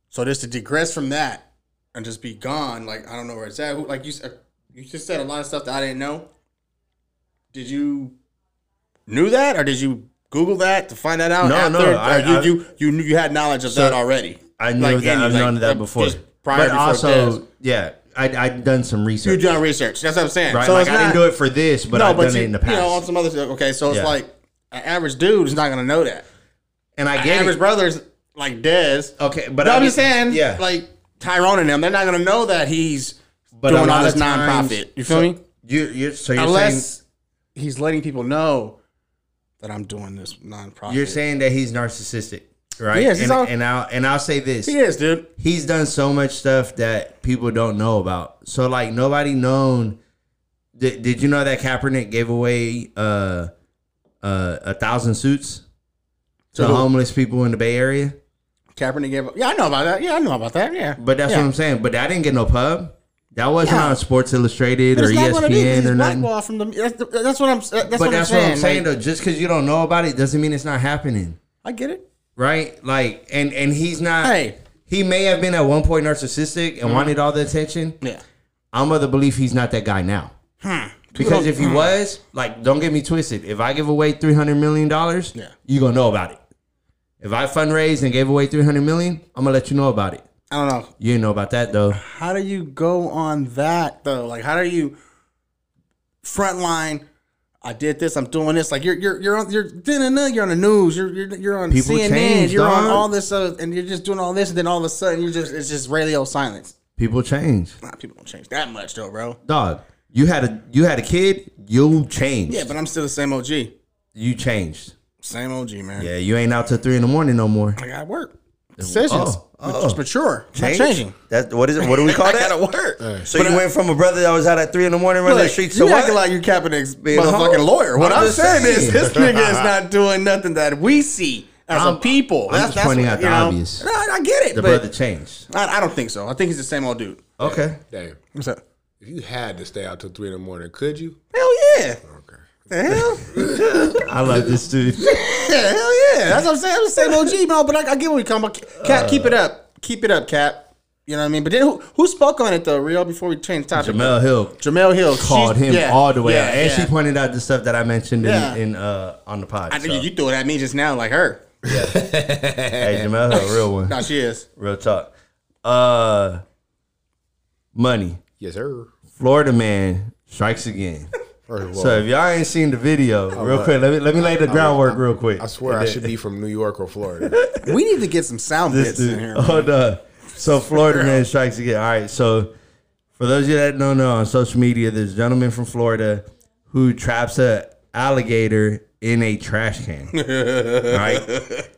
Speaker 2: So just to digress from that and just be gone, like I don't know where it's at. Who- Like you, s- you just said a lot of stuff that I didn't know. Did you knew that, or did you Google that to find that out?
Speaker 3: No,
Speaker 2: after?
Speaker 3: no,
Speaker 2: Or
Speaker 3: I-
Speaker 2: you,
Speaker 3: I-
Speaker 2: you you knew you had knowledge of that already.
Speaker 3: I knew
Speaker 2: Like,
Speaker 3: that.
Speaker 2: and,
Speaker 3: I've
Speaker 2: like,
Speaker 3: known
Speaker 2: uh,
Speaker 3: that before.
Speaker 2: just prior
Speaker 3: but
Speaker 2: before
Speaker 3: also,
Speaker 2: Dez.
Speaker 3: yeah, I I done some research.
Speaker 2: You've done research. That's what I'm saying.
Speaker 3: right?
Speaker 2: So
Speaker 3: like
Speaker 2: it's
Speaker 3: I
Speaker 2: not-
Speaker 3: didn't do it for this, but I've done
Speaker 2: you,
Speaker 3: it in the
Speaker 2: you
Speaker 3: past.
Speaker 2: know, on some other stuff. Okay, so it's
Speaker 3: Yeah.
Speaker 2: like an average dude is not gonna know that.
Speaker 3: and I
Speaker 2: An
Speaker 3: get
Speaker 2: average
Speaker 3: it.
Speaker 2: brother's like Dez.
Speaker 3: Okay, but
Speaker 2: But I'm
Speaker 3: I
Speaker 2: just
Speaker 3: get-
Speaker 2: saying,
Speaker 3: yeah.
Speaker 2: like Tyrone and them, they're not gonna know that he's
Speaker 3: but
Speaker 2: doing
Speaker 3: a lot
Speaker 2: all this
Speaker 3: of times-
Speaker 2: nonprofit. You feel
Speaker 3: so
Speaker 2: me?
Speaker 3: You you so you're saying
Speaker 2: Unless he's letting people know that I'm doing this nonprofit.
Speaker 3: you're saying that he's narcissistic, right?
Speaker 2: He is, he's
Speaker 3: and,
Speaker 2: all-
Speaker 3: and I'll and I'll say this:
Speaker 2: he is, dude.
Speaker 3: he's done so much stuff that people don't know about. So like nobody known. Did, did you know that Kaepernick gave away uh uh a thousand suits to
Speaker 2: who?
Speaker 3: homeless people in the Bay Area?
Speaker 2: Kaepernick gave up. Yeah, I know about that. Yeah, I know about that. Yeah,
Speaker 3: But that's
Speaker 2: Yeah.
Speaker 3: what I'm saying. But that didn't get no pub. That wasn't
Speaker 2: Yeah.
Speaker 3: on Sports Illustrated
Speaker 2: But
Speaker 3: or E
Speaker 2: it's not what it is.
Speaker 3: ESPN
Speaker 2: He's
Speaker 3: or nothing.
Speaker 2: blackballed from the. That's, the- that's what I'm. That's what
Speaker 3: But
Speaker 2: I'm
Speaker 3: that's what
Speaker 2: saying.
Speaker 3: I'm
Speaker 2: Like,
Speaker 3: saying though. Just because you don't know about it doesn't mean it's not happening,
Speaker 2: I get it.
Speaker 3: right? Like, and and he's not.
Speaker 2: Hey.
Speaker 3: He may have been at one point narcissistic
Speaker 2: Mm-hmm.
Speaker 3: and wanted all the attention.
Speaker 2: Yeah.
Speaker 3: I'm of the belief he's not that guy now. Because if he was, like, don't get me twisted. If I give away three hundred million dollars,
Speaker 2: Yeah.
Speaker 3: you gonna know about it. If I fundraised and gave away three hundred million, I'm gonna let you know about it.
Speaker 2: I don't know.
Speaker 3: You didn't know about that though.
Speaker 2: How do you go on that though? Like, how do you frontline? I did this. I'm doing this. Like you're you're you're on you're da-na-na, you're on the news. You're you're, you're on
Speaker 3: People
Speaker 2: CNN.
Speaker 3: change,
Speaker 2: you're on
Speaker 3: dog.
Speaker 2: all this, uh, and you're just doing all this, and then all of a sudden you're just it's just radio silence.
Speaker 3: People change,
Speaker 2: Nah, people don't change that much though, bro.
Speaker 3: dog. You had a you had a kid. You changed.
Speaker 2: Yeah, but I'm still the same OG.
Speaker 3: you changed.
Speaker 2: Same OG, man.
Speaker 3: Yeah, you ain't out till three in the morning no more.
Speaker 2: I got work. Decisions.
Speaker 3: Oh, oh.
Speaker 2: It's mature. It's not changing.
Speaker 4: That what is it? What do we call
Speaker 2: I
Speaker 4: that?
Speaker 2: gotta work.
Speaker 4: So you went from a brother that was out at three in the morning running the
Speaker 2: Look,
Speaker 4: streets to
Speaker 2: you
Speaker 4: what?
Speaker 2: acting like you Kaepernick's being a
Speaker 4: a
Speaker 2: fucking
Speaker 4: hoe?
Speaker 2: lawyer. What
Speaker 4: I'm
Speaker 2: I'm,
Speaker 4: just
Speaker 2: saying, is
Speaker 4: saying.
Speaker 2: this nigga is not doing nothing that we see as a
Speaker 3: I'm-
Speaker 2: people.
Speaker 3: I'm just pointing out the
Speaker 2: you
Speaker 3: obvious.
Speaker 2: No, I get it,
Speaker 3: The
Speaker 2: but
Speaker 3: brother changed.
Speaker 2: I, I don't think so. I think he's the same old dude.
Speaker 3: Okay.
Speaker 1: Damn.
Speaker 2: What's up?
Speaker 1: If you had to stay out till three in the morning, could you?
Speaker 2: Hell yeah. The hell?
Speaker 3: I love this dude.
Speaker 2: yeah, hell yeah. That's what I'm saying. I'm the same OG, bro. But I, I get where you come. Cap, keep it up. Keep it up, Cap. You know what I mean? But then who, who spoke on it though, Rio? Before we change topic,
Speaker 3: Jamel Hill
Speaker 2: Jamel Hill
Speaker 3: called
Speaker 2: She's-
Speaker 3: him
Speaker 2: yeah,
Speaker 3: all the way
Speaker 2: yeah,
Speaker 3: out, and
Speaker 2: yeah.
Speaker 3: she pointed out the stuff that I mentioned in,
Speaker 2: Yeah.
Speaker 3: in uh on the pod.
Speaker 2: I
Speaker 3: so.
Speaker 2: think you, you threw it at me just now, like her.
Speaker 3: hey, Jamel Hill, real one,
Speaker 2: No, she is.
Speaker 3: real talk. Uh, money.
Speaker 1: Yes, sir.
Speaker 3: Florida man strikes again.
Speaker 1: First of all,
Speaker 3: So if y'all ain't seen the video,
Speaker 1: Oh,
Speaker 3: real quick, let me let me lay the groundwork real quick.
Speaker 1: I swear I should be from New York or Florida.
Speaker 2: We need to get some sound
Speaker 3: this
Speaker 2: bits in
Speaker 3: dude. Oh,
Speaker 2: here.
Speaker 3: Hold on. So Florida man strikes again. All right. So for those of you that don't know on social media, there's a gentleman from Florida who traps a alligator in a trash can. All right.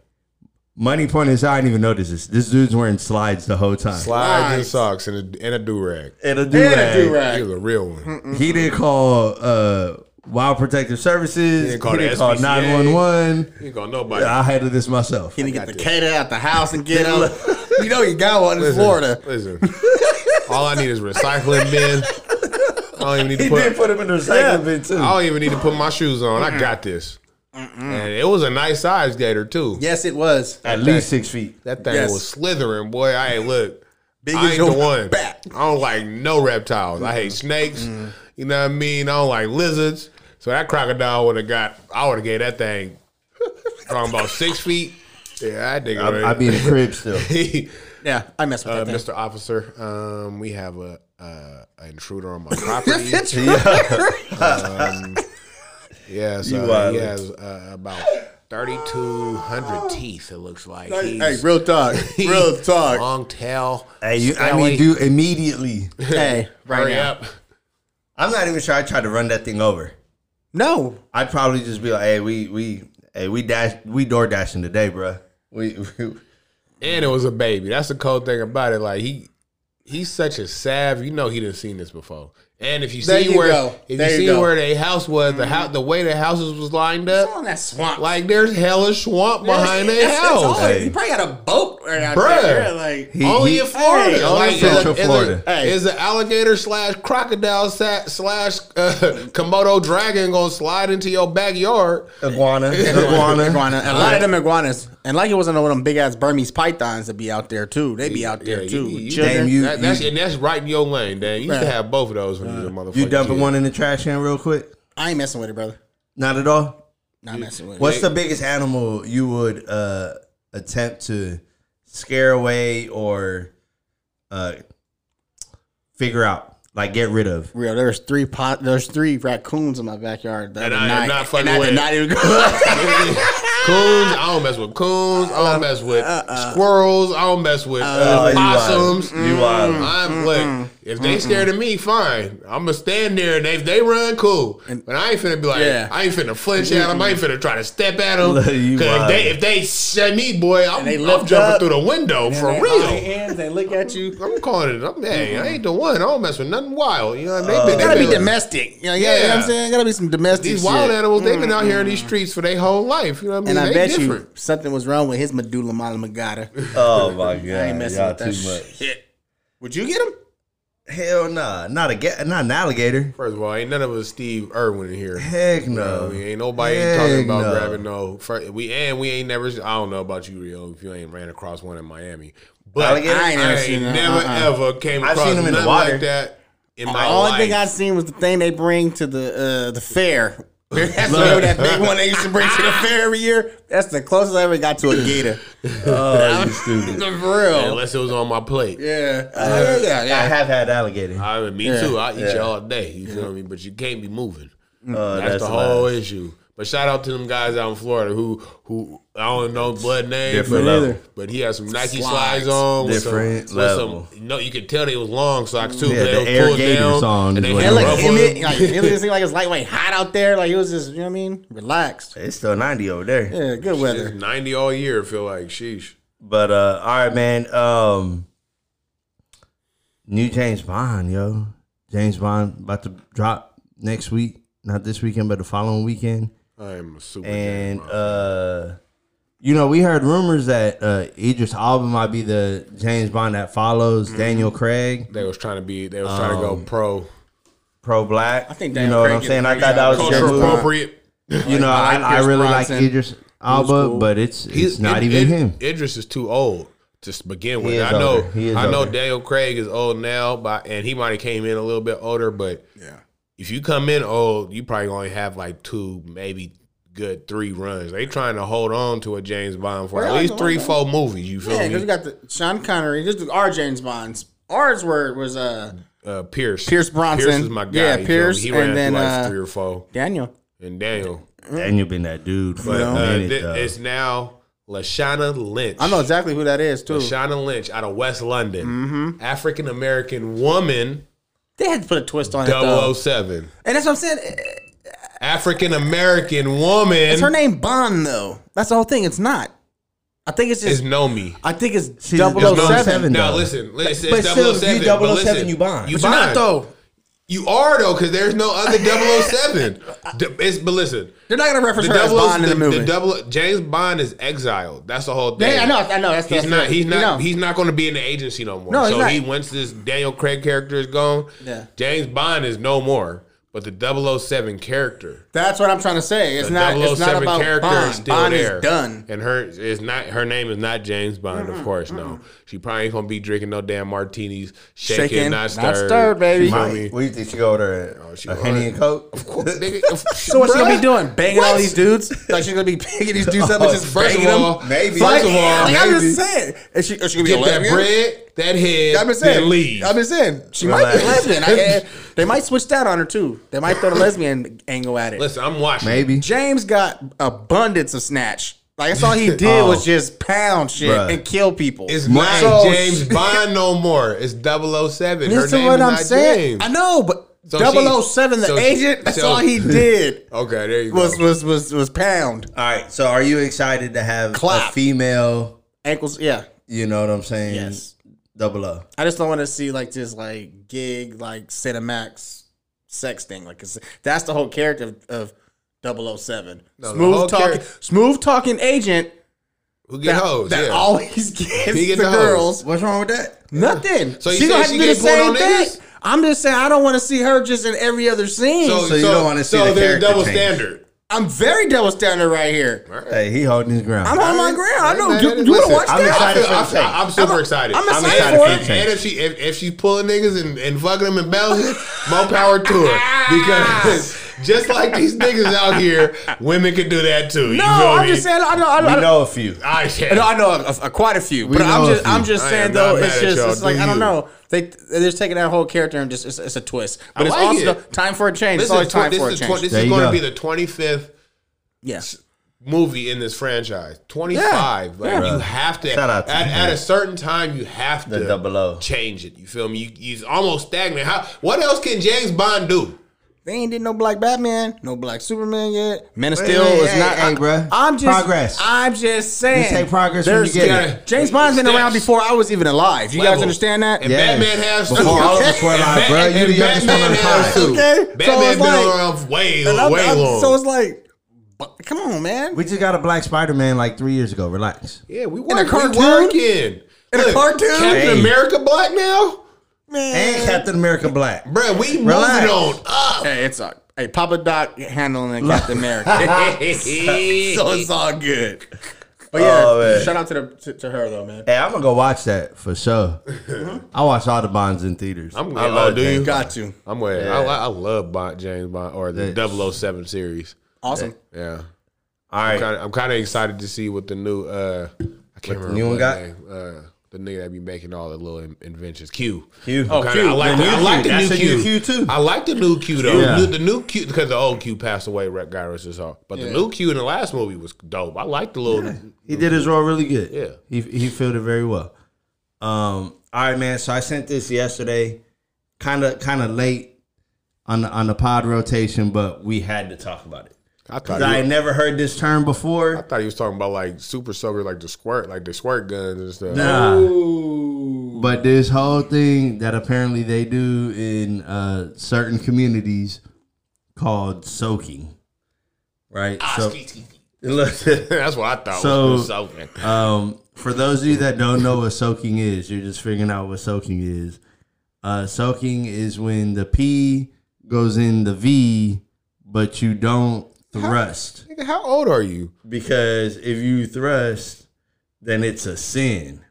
Speaker 3: Money point is I didn't even notice this. This dude's wearing slides the whole time.
Speaker 1: Slides and socks and a, and a do rag.
Speaker 3: and a
Speaker 2: And a
Speaker 3: do
Speaker 1: He
Speaker 2: do-rag.
Speaker 1: was a real one.
Speaker 3: He didn't call uh, Wild Protective Services. He
Speaker 1: didn't
Speaker 3: didn't
Speaker 1: call
Speaker 3: call,
Speaker 1: the SPCA.
Speaker 3: 911.
Speaker 1: He ain't gonna nobody.
Speaker 3: I handled this myself.
Speaker 2: Can you get the cater out the house and get him? you know you got one in Florida.
Speaker 1: Listen, all I need is recycling bin. I don't even need to put.
Speaker 3: him in the recycling bin too.
Speaker 1: I don't even need to put my shoes on. I got this. And it was a nice size gator too.
Speaker 2: Yes, it was.
Speaker 3: At least six feet.
Speaker 1: That thing
Speaker 2: Yes.
Speaker 1: was slithering, boy. I ain't look.
Speaker 2: Big
Speaker 1: I
Speaker 2: as
Speaker 1: ain't the
Speaker 2: your
Speaker 1: one.
Speaker 2: back.
Speaker 1: I don't like no reptiles. I hate snakes. You know what I mean? I don't like lizards. So that crocodile would have got. I would have gave that thing. Talking about six feet. Yeah, I think
Speaker 3: I'd be in the crib still.
Speaker 2: Yeah, I messed with
Speaker 1: Uh,
Speaker 2: that thing.
Speaker 1: Mr. Officer, um, we have a uh, an intruder on my property. yeah, so
Speaker 3: wild.
Speaker 1: he has uh, about thirty two hundred teeth. It looks like.
Speaker 2: Hey, real talk. Real talk.
Speaker 1: Long tail.
Speaker 3: Hey, you, I
Speaker 1: Sally.
Speaker 3: mean, do immediately.
Speaker 2: hey, right
Speaker 1: Hurry
Speaker 2: now.
Speaker 1: up.
Speaker 3: I'm not even sure I tried to run that thing over.
Speaker 2: No.
Speaker 3: I'd probably just be like, "Hey, we we hey we dash we door dashing today, bro. We, we
Speaker 1: And it was a baby. That's the cold thing about it. Like he, he's such a sav. You know he didn't seen this before. And if you
Speaker 2: There
Speaker 1: see
Speaker 2: you
Speaker 1: where
Speaker 2: go.
Speaker 1: if
Speaker 2: There
Speaker 1: you
Speaker 2: you
Speaker 1: see
Speaker 2: go. Mm-hmm.
Speaker 1: where the house was, the house, the way the houses was lined up,
Speaker 2: On that swamp.
Speaker 1: like there's hella swamp behind
Speaker 2: It's-
Speaker 1: their
Speaker 2: it's- it's all-
Speaker 1: house.
Speaker 3: Hey.
Speaker 2: You probably got a boat right out
Speaker 1: Bruh.
Speaker 2: there. Yeah, Like,
Speaker 3: He-
Speaker 1: only
Speaker 3: he-
Speaker 1: in Florida,
Speaker 2: Hey,
Speaker 1: Like,
Speaker 2: only
Speaker 1: it's a-
Speaker 3: Central
Speaker 1: it's a-
Speaker 3: Florida.
Speaker 2: Hey.
Speaker 1: Is an alligator slash crocodile sa- slash uh, Komodo dragon gonna slide into your backyard?
Speaker 3: iguana, iguana.
Speaker 2: iguana. And a lot of them iguanas. And like it wasn't one of them big ass Burmese pythons that be out there too. They be out there
Speaker 1: Yeah,
Speaker 2: too.
Speaker 1: you- you-
Speaker 2: Children.
Speaker 3: Damn, you-
Speaker 1: That- that's, and that's right in your lane, Dan. You used to
Speaker 2: Right.
Speaker 1: have both of those when you was a motherfucker.
Speaker 3: You dumping one in the trash can real quick?
Speaker 2: I ain't messing with it, brother.
Speaker 3: Not at all.
Speaker 2: Not messing with
Speaker 3: What's
Speaker 2: it.
Speaker 3: the biggest animal you would uh attempt to scare away or uh figure out, like get rid of.
Speaker 2: Real, there's three pot. There's three raccoons in my backyard. That
Speaker 1: And
Speaker 2: other
Speaker 1: I am
Speaker 2: night,
Speaker 1: not fucking
Speaker 2: and I
Speaker 1: with
Speaker 2: did
Speaker 1: it.
Speaker 2: not even go.
Speaker 1: Coons, I don't mess with coons. I don't mess with squirrels. I don't mess with uh,
Speaker 3: Oh,
Speaker 4: you wild.
Speaker 1: possums. Mm.
Speaker 4: You wild.
Speaker 1: I'm look. If they scared of me, fine. I'm gonna stand there, and if they run, cool. But I ain't finna be like,
Speaker 2: Yeah.
Speaker 1: I ain't finna flinch at them. I ain't finna try to step at them. Cause
Speaker 3: You
Speaker 1: if
Speaker 3: wild.
Speaker 1: they if they set me, boy, I'm,
Speaker 2: they
Speaker 1: I'm
Speaker 2: lift
Speaker 1: jumping
Speaker 2: up.
Speaker 1: through the window for
Speaker 2: They hold
Speaker 1: real.
Speaker 2: hands, They look at you. You
Speaker 1: I'm calling it. I'm, hey, I ain't the one. I don't mess with nothing wild. You know what I mean? They been- they
Speaker 2: Uh, gotta be
Speaker 1: been-
Speaker 2: domestic. You know, yeah, you know what I'm
Speaker 1: Yeah.
Speaker 2: saying. Gotta be some domestic.
Speaker 1: These wild
Speaker 2: shit.
Speaker 1: animals, they've been out here in these streets for their whole life. You know what I mean?
Speaker 2: And I
Speaker 1: They
Speaker 2: bet
Speaker 1: different.
Speaker 2: you something was wrong with his medulla oblongata.
Speaker 3: Oh my god,
Speaker 2: I ain't messing with that shit. Would you get him?
Speaker 3: Hell nah, not a ga- not an alligator.
Speaker 1: First of all, ain't none of us Steve Irwin in here.
Speaker 3: Heck
Speaker 1: I
Speaker 3: no.
Speaker 1: mean, ain't nobody
Speaker 3: Heck
Speaker 1: talking about
Speaker 3: no.
Speaker 1: grabbing no. fir- We and we ain't never. I don't know about you, Rio. If you ain't ran across one in Miami, but I ain't,
Speaker 3: Alligator? I
Speaker 2: ain't never seen it.
Speaker 1: never
Speaker 2: Uh-uh.
Speaker 1: ever came
Speaker 3: I've
Speaker 1: across
Speaker 3: seen 'em in the
Speaker 1: nothing
Speaker 3: water.
Speaker 1: like that in my
Speaker 2: All
Speaker 1: life.
Speaker 2: I think I seen was the thing they bring to the uh, the fair. That's remember that big one they used to bring to the fair every year. That's the closest I ever got to a gator.
Speaker 3: Oh, you stupid.
Speaker 2: For real.
Speaker 1: unless it was on my plate.
Speaker 2: Yeah. Uh, yeah.
Speaker 3: I
Speaker 2: Yeah.
Speaker 3: have had alligator.
Speaker 1: I mean, me too. I eat you all day. You feel me? But you can't be moving. that's,
Speaker 3: Oh, that's
Speaker 1: the whole issue. But shout out to them guys out in Florida who who I don't know blood name,
Speaker 3: Different
Speaker 1: but,
Speaker 3: level.
Speaker 1: but he had some Nike
Speaker 2: Slides.
Speaker 1: slides, on, with some-
Speaker 3: Different
Speaker 1: with
Speaker 3: level.
Speaker 1: Some, no, you could tell they was long socks too.
Speaker 3: Yeah,
Speaker 1: but they
Speaker 3: the
Speaker 1: was
Speaker 3: Air
Speaker 1: pulled
Speaker 3: Gators
Speaker 1: down,
Speaker 3: on
Speaker 1: and they
Speaker 3: is what
Speaker 1: had
Speaker 2: It
Speaker 3: it
Speaker 2: looked,
Speaker 1: rubber-
Speaker 2: it, looked- like, it looked- it seemed like it was lightweight hot out there. Like it was just, you know what I mean? Relaxed.
Speaker 3: It's still 90 over there.
Speaker 2: Yeah, good
Speaker 1: It's
Speaker 2: weather.
Speaker 1: ninety all year. I Feel like sheesh.
Speaker 3: But uh all right, man. Um New James Bond, yo. James Bond about to drop next week. Not this weekend, but the following weekend.
Speaker 1: I am a super.
Speaker 3: And uh you know, we heard rumors that uh Idris Alba might be the James Bond that follows
Speaker 1: Mm-hmm.
Speaker 3: Daniel Craig,
Speaker 1: they was trying to be. They was trying to
Speaker 3: Um,
Speaker 1: go pro.
Speaker 3: pro black. I
Speaker 2: think
Speaker 3: you
Speaker 2: Daniel
Speaker 3: know
Speaker 2: Craig
Speaker 3: what I'm
Speaker 2: is
Speaker 3: saying. I
Speaker 2: pretty
Speaker 3: thought that was a good
Speaker 1: Culture
Speaker 3: move.
Speaker 1: appropriate.
Speaker 3: You know,
Speaker 2: I
Speaker 3: I,
Speaker 2: like
Speaker 3: I
Speaker 2: Pierce
Speaker 3: really like
Speaker 2: Brosnan.
Speaker 3: Idris Alba, but it's it's
Speaker 1: He's-
Speaker 3: not
Speaker 1: Id-
Speaker 3: even
Speaker 1: Id-
Speaker 3: him.
Speaker 1: Idris is too old to begin with.
Speaker 3: is
Speaker 1: I know.
Speaker 3: older. He is
Speaker 1: I know
Speaker 3: older.
Speaker 1: Daniel Craig is old now, but and he might have came in a little bit older. But
Speaker 2: Yeah.
Speaker 1: if you come in old, you probably only have like two, maybe good three runs. They trying to hold on to a James Bond for
Speaker 2: Well,
Speaker 1: at
Speaker 2: I
Speaker 1: least
Speaker 2: know,
Speaker 1: three,
Speaker 2: I know.
Speaker 1: four movies. You feel
Speaker 2: Yeah, because
Speaker 1: me?
Speaker 2: we got the Sean Connery. Just our James Bonds. Ours were was uh
Speaker 1: uh, Pierce.
Speaker 2: Pierce Bronson.
Speaker 1: Pierce is my guy.
Speaker 2: Yeah,
Speaker 1: you feel me?
Speaker 2: Pierce,
Speaker 1: He
Speaker 2: and
Speaker 1: ran through
Speaker 2: then,
Speaker 1: like
Speaker 2: uh,
Speaker 1: three or four.
Speaker 2: Daniel.
Speaker 1: And Daniel.
Speaker 2: Mm-hmm.
Speaker 3: Daniel been that dude for
Speaker 1: But
Speaker 3: a
Speaker 1: uh,
Speaker 3: minute.
Speaker 1: th-
Speaker 3: though.
Speaker 1: it's now Lashana Lynch.
Speaker 2: I know exactly who that is too.
Speaker 1: Lashana Lynch out of West London,
Speaker 2: Mm-hmm.
Speaker 1: African American woman,
Speaker 2: They had to put a twist on it though.
Speaker 1: 007.
Speaker 2: And that's what I'm saying.
Speaker 1: African American
Speaker 2: It's her
Speaker 1: woman
Speaker 2: name Bond though. That's the whole thing. It's not. I think it's
Speaker 1: is
Speaker 2: just.
Speaker 1: Nomi.
Speaker 2: I think it's
Speaker 3: She's-
Speaker 2: double
Speaker 3: it's
Speaker 2: O
Speaker 1: Nomi-
Speaker 2: seven.
Speaker 3: Nomi-
Speaker 1: Now
Speaker 3: though.
Speaker 1: listen, listen,
Speaker 3: But
Speaker 1: it's
Speaker 3: still,
Speaker 1: 007.
Speaker 3: you 007,
Speaker 1: but listen,
Speaker 3: you Bond.
Speaker 1: You
Speaker 2: But you're not
Speaker 1: bond.
Speaker 2: though.
Speaker 1: You are though, because there's no other 007. D- it's, but listen,
Speaker 2: They're not gonna
Speaker 1: the
Speaker 2: reference her as
Speaker 1: double oh
Speaker 2: Bond in the movie.
Speaker 1: the double James Bond is exiled. That's the whole thing.
Speaker 2: Yeah, I know. I know. That's
Speaker 1: He's
Speaker 2: that's
Speaker 1: not. He's
Speaker 2: you
Speaker 1: not.
Speaker 2: know.
Speaker 1: He's not going to be in the agency no more.
Speaker 2: No, he's
Speaker 1: so
Speaker 2: not.
Speaker 1: he once this Daniel Craig character is gone,
Speaker 2: Yeah.
Speaker 1: James Bond is no more. But the 007 character,
Speaker 2: that's what I'm trying to say. It's
Speaker 1: the
Speaker 2: not. It's not
Speaker 1: 007
Speaker 2: about
Speaker 1: character
Speaker 2: Bond.
Speaker 1: is still
Speaker 2: Bond
Speaker 1: there.
Speaker 2: is done.
Speaker 1: And her is not. Her name is not James Bond, of course. No, she probably ain't gonna be drinking no damn martinis, shaking,
Speaker 2: Shaken,
Speaker 1: not
Speaker 2: not
Speaker 1: stirred,
Speaker 2: stirred, baby.
Speaker 1: You feel
Speaker 3: Mike,
Speaker 1: me?
Speaker 3: what do you think she go to?
Speaker 1: she
Speaker 3: a
Speaker 1: go
Speaker 3: Henny
Speaker 1: to-
Speaker 3: and Coke?
Speaker 1: Of course, nigga, if-
Speaker 2: So what's she gonna be
Speaker 1: Bruh.
Speaker 2: doing? Banging all
Speaker 1: What?
Speaker 2: these dudes? Like she's gonna be picking these dudes up and just
Speaker 1: Oh, First of
Speaker 2: banging them?
Speaker 1: all,
Speaker 3: Maybe.
Speaker 1: First of
Speaker 2: Like,
Speaker 1: all,
Speaker 2: like, I'm
Speaker 3: maybe.
Speaker 2: just saying. Is she, is she gonna be
Speaker 1: get
Speaker 2: a
Speaker 1: that
Speaker 2: lesbian?
Speaker 1: bread, that head,
Speaker 2: I've been
Speaker 1: then
Speaker 2: saying.
Speaker 1: leave.
Speaker 2: I've been saying she might be a
Speaker 3: Relax.
Speaker 2: lesbian. I, I- they might switch that on her too. They might throw the lesbian angle at it.
Speaker 1: Listen, I'm watching.
Speaker 3: Maybe.
Speaker 2: James got abundance of snatch. Like that's all he did
Speaker 3: Oh.
Speaker 2: was just pound shit
Speaker 3: Bruh.
Speaker 2: and kill people.
Speaker 1: It's
Speaker 3: My-
Speaker 1: not
Speaker 3: So-
Speaker 1: James Bond no more. It's 007. Her
Speaker 2: Listen
Speaker 1: name
Speaker 2: to what
Speaker 1: is
Speaker 2: I'm
Speaker 1: not
Speaker 2: saying.
Speaker 1: James.
Speaker 2: I know, but
Speaker 1: So
Speaker 2: Double O
Speaker 1: she-
Speaker 2: Seven, the
Speaker 1: so she-
Speaker 2: agent. That's
Speaker 1: so-
Speaker 2: all he did
Speaker 1: Okay, there you
Speaker 2: was
Speaker 1: go.
Speaker 2: was was was pound
Speaker 3: All right. So, are you excited to have
Speaker 2: Clap.
Speaker 3: a female?
Speaker 2: ankles. Yeah,
Speaker 3: You know what I'm saying?
Speaker 2: Yes.
Speaker 3: Double O.
Speaker 2: I just don't want to see like this like gig like Cinemax sex thing. Like 'cause that's the whole character of, of 007.
Speaker 1: No, the whole
Speaker 2: smooth talking,
Speaker 1: char-
Speaker 2: smooth talking agent
Speaker 1: Who get hoes?
Speaker 2: that
Speaker 1: yeah.
Speaker 2: always gets
Speaker 1: He get
Speaker 2: the
Speaker 1: the hoes.
Speaker 2: girls.
Speaker 3: What's wrong with that?
Speaker 2: Nothing.
Speaker 1: So you
Speaker 2: she
Speaker 1: saying
Speaker 2: gonna have
Speaker 1: she
Speaker 2: to do the
Speaker 1: get pulled
Speaker 2: same
Speaker 1: on
Speaker 2: thing.
Speaker 1: niggas?
Speaker 2: I'm just saying I don't want to see her just in every other scene.
Speaker 3: So you don't wanna see
Speaker 1: so
Speaker 3: the
Speaker 1: there's
Speaker 3: character
Speaker 1: double
Speaker 3: change.
Speaker 1: standard.
Speaker 2: I'm very double standard right here.
Speaker 3: Hey, he holding his ground.
Speaker 2: I'm on my ground. I know.
Speaker 1: Man,
Speaker 2: You,
Speaker 1: that is-
Speaker 2: you want
Speaker 1: listen,
Speaker 2: to watch
Speaker 3: I'm
Speaker 2: that?
Speaker 1: I
Speaker 3: excited
Speaker 1: feel,
Speaker 3: for the
Speaker 1: I'm,
Speaker 3: change.
Speaker 1: I'm super excited.
Speaker 2: I'm excited
Speaker 3: for
Speaker 1: and,
Speaker 3: the change.
Speaker 1: and if she if, if she's pulling niggas and, and fucking them and bouncing, more power to her because
Speaker 2: Ah.
Speaker 1: Just like these niggas out here, women can do that too. You
Speaker 2: No,
Speaker 1: feel
Speaker 2: I'm
Speaker 1: me?
Speaker 2: just saying. I know. I know.
Speaker 3: We
Speaker 2: I know.
Speaker 3: know a few.
Speaker 1: I
Speaker 2: I know,
Speaker 1: said,
Speaker 2: I know a, a, quite a few, but
Speaker 3: know
Speaker 2: I'm
Speaker 3: a
Speaker 2: just
Speaker 3: few.
Speaker 2: I'm just
Speaker 1: I am not
Speaker 2: saying though,
Speaker 1: mad
Speaker 2: it's
Speaker 1: at
Speaker 2: just
Speaker 1: y'all.
Speaker 2: it's like
Speaker 1: Do
Speaker 2: I don't
Speaker 1: you.
Speaker 2: know. They they're just taking that whole character and just it's, it's a twist, but
Speaker 1: I
Speaker 2: it's
Speaker 1: like
Speaker 2: also
Speaker 1: it.
Speaker 2: time for a change.
Speaker 1: this
Speaker 2: it's always
Speaker 1: is, tw-
Speaker 2: time
Speaker 1: this
Speaker 2: for a
Speaker 1: is, tw-
Speaker 2: change.
Speaker 1: this
Speaker 3: There
Speaker 1: is
Speaker 3: you
Speaker 1: going to be
Speaker 3: go.
Speaker 1: the 25th
Speaker 2: Yes.
Speaker 1: movie in this franchise. 25. Like,
Speaker 2: Yeah.
Speaker 1: You have to,
Speaker 3: Shout out
Speaker 1: at,
Speaker 3: to him.
Speaker 1: at a certain time, you have to
Speaker 3: The double O.
Speaker 1: change it. You feel me? You, he's almost stagnant. How, what else can James Bond do?
Speaker 2: They ain't did no black Batman, no black Superman yet. Man of Steel
Speaker 3: wait,
Speaker 2: is
Speaker 3: hey,
Speaker 2: not.
Speaker 3: hey, bruh.
Speaker 2: I'm just
Speaker 3: Progress.
Speaker 2: I'm just saying.
Speaker 3: Just take progress when
Speaker 2: There's-
Speaker 3: you get
Speaker 1: it.
Speaker 2: James Bond's been
Speaker 1: Steps.
Speaker 2: around before I was even alive. You guys
Speaker 1: Level.
Speaker 2: understand that?
Speaker 1: And
Speaker 3: Yes.
Speaker 1: Batman has
Speaker 3: Before
Speaker 1: two.
Speaker 3: all of us were
Speaker 1: And
Speaker 3: alive,
Speaker 1: Ba-
Speaker 3: bruh. You
Speaker 1: and
Speaker 3: the youngest one on
Speaker 1: Batman
Speaker 3: the
Speaker 1: has
Speaker 3: pod.
Speaker 1: two.
Speaker 2: Okay. So
Speaker 1: Batman
Speaker 2: it's
Speaker 1: been
Speaker 2: like-
Speaker 1: around way,
Speaker 2: And I'm-
Speaker 1: way
Speaker 2: I'm-
Speaker 1: long.
Speaker 2: So it's like, but- come on, man.
Speaker 3: We just got a black Spider Man like three years ago. Relax.
Speaker 1: yeah, we
Speaker 2: a
Speaker 1: work,
Speaker 2: cartoon?
Speaker 1: we working.
Speaker 2: In a cartoon?
Speaker 1: Captain
Speaker 3: Hey.
Speaker 1: America black now?
Speaker 3: And Captain America Black.
Speaker 1: Bruh, we
Speaker 3: Relax.
Speaker 1: moving on up.
Speaker 2: hey, it's a hey Papa Doc handling Captain America, so it's all good. But yeah,
Speaker 3: Oh, man.
Speaker 2: shout out to the to, to her though, man.
Speaker 3: Hey, I'm gonna go watch that for sure. I watch all the Bonds in theaters.
Speaker 1: I'm
Speaker 3: I
Speaker 1: glad-
Speaker 3: love
Speaker 1: oh, do
Speaker 3: that.
Speaker 1: you?
Speaker 2: Got to
Speaker 1: I'm with I, I love Bond, James Bond or the
Speaker 3: That's-
Speaker 1: 007 series.
Speaker 2: awesome.
Speaker 1: Yeah.
Speaker 3: All right.
Speaker 1: Kinda, I'm kind of excited to see what the new uh I can't remember
Speaker 3: new
Speaker 1: what
Speaker 3: one got?
Speaker 1: name. Uh, the nigga that be making all the little in- inventions. Q.
Speaker 3: Q. Oh,
Speaker 1: I'm kinda-
Speaker 3: Q.
Speaker 1: I like
Speaker 3: The
Speaker 1: the, I
Speaker 3: new
Speaker 1: like
Speaker 3: Q.
Speaker 1: the
Speaker 3: That's
Speaker 1: new
Speaker 3: a new
Speaker 1: Q.
Speaker 3: Q, too.
Speaker 1: I like the new Q though.
Speaker 3: Yeah.
Speaker 1: The, the new Q because the old Q passed away. Red guy was his heart. But the new Q in the last movie was dope. I like the little.
Speaker 3: He did his role really good.
Speaker 1: Yeah.
Speaker 3: He he filled it very well. Um, all right, man. So I sent this yesterday, kind of kind of late on the, on the pod rotation, but we had to talk about it.
Speaker 1: I
Speaker 3: 'Cause
Speaker 1: thought.
Speaker 3: I
Speaker 1: He,
Speaker 3: had never heard this term
Speaker 1: I
Speaker 3: before.
Speaker 1: thought he was talking about like super soaker, like the squirt, like the squirt guns and stuff.
Speaker 3: Nah. But this whole thing that apparently they do in uh, certain communities called soaking, right? So, look,
Speaker 1: That's what I thought.
Speaker 3: So-
Speaker 1: was soaking.
Speaker 3: Um, for those of you that don't know what soaking is, you're just figuring out what soaking is. Uh, soaking is when the P goes in the V, but you don't thrust
Speaker 1: Nigga, how old are you?
Speaker 3: because if you thrust, then it's a sin.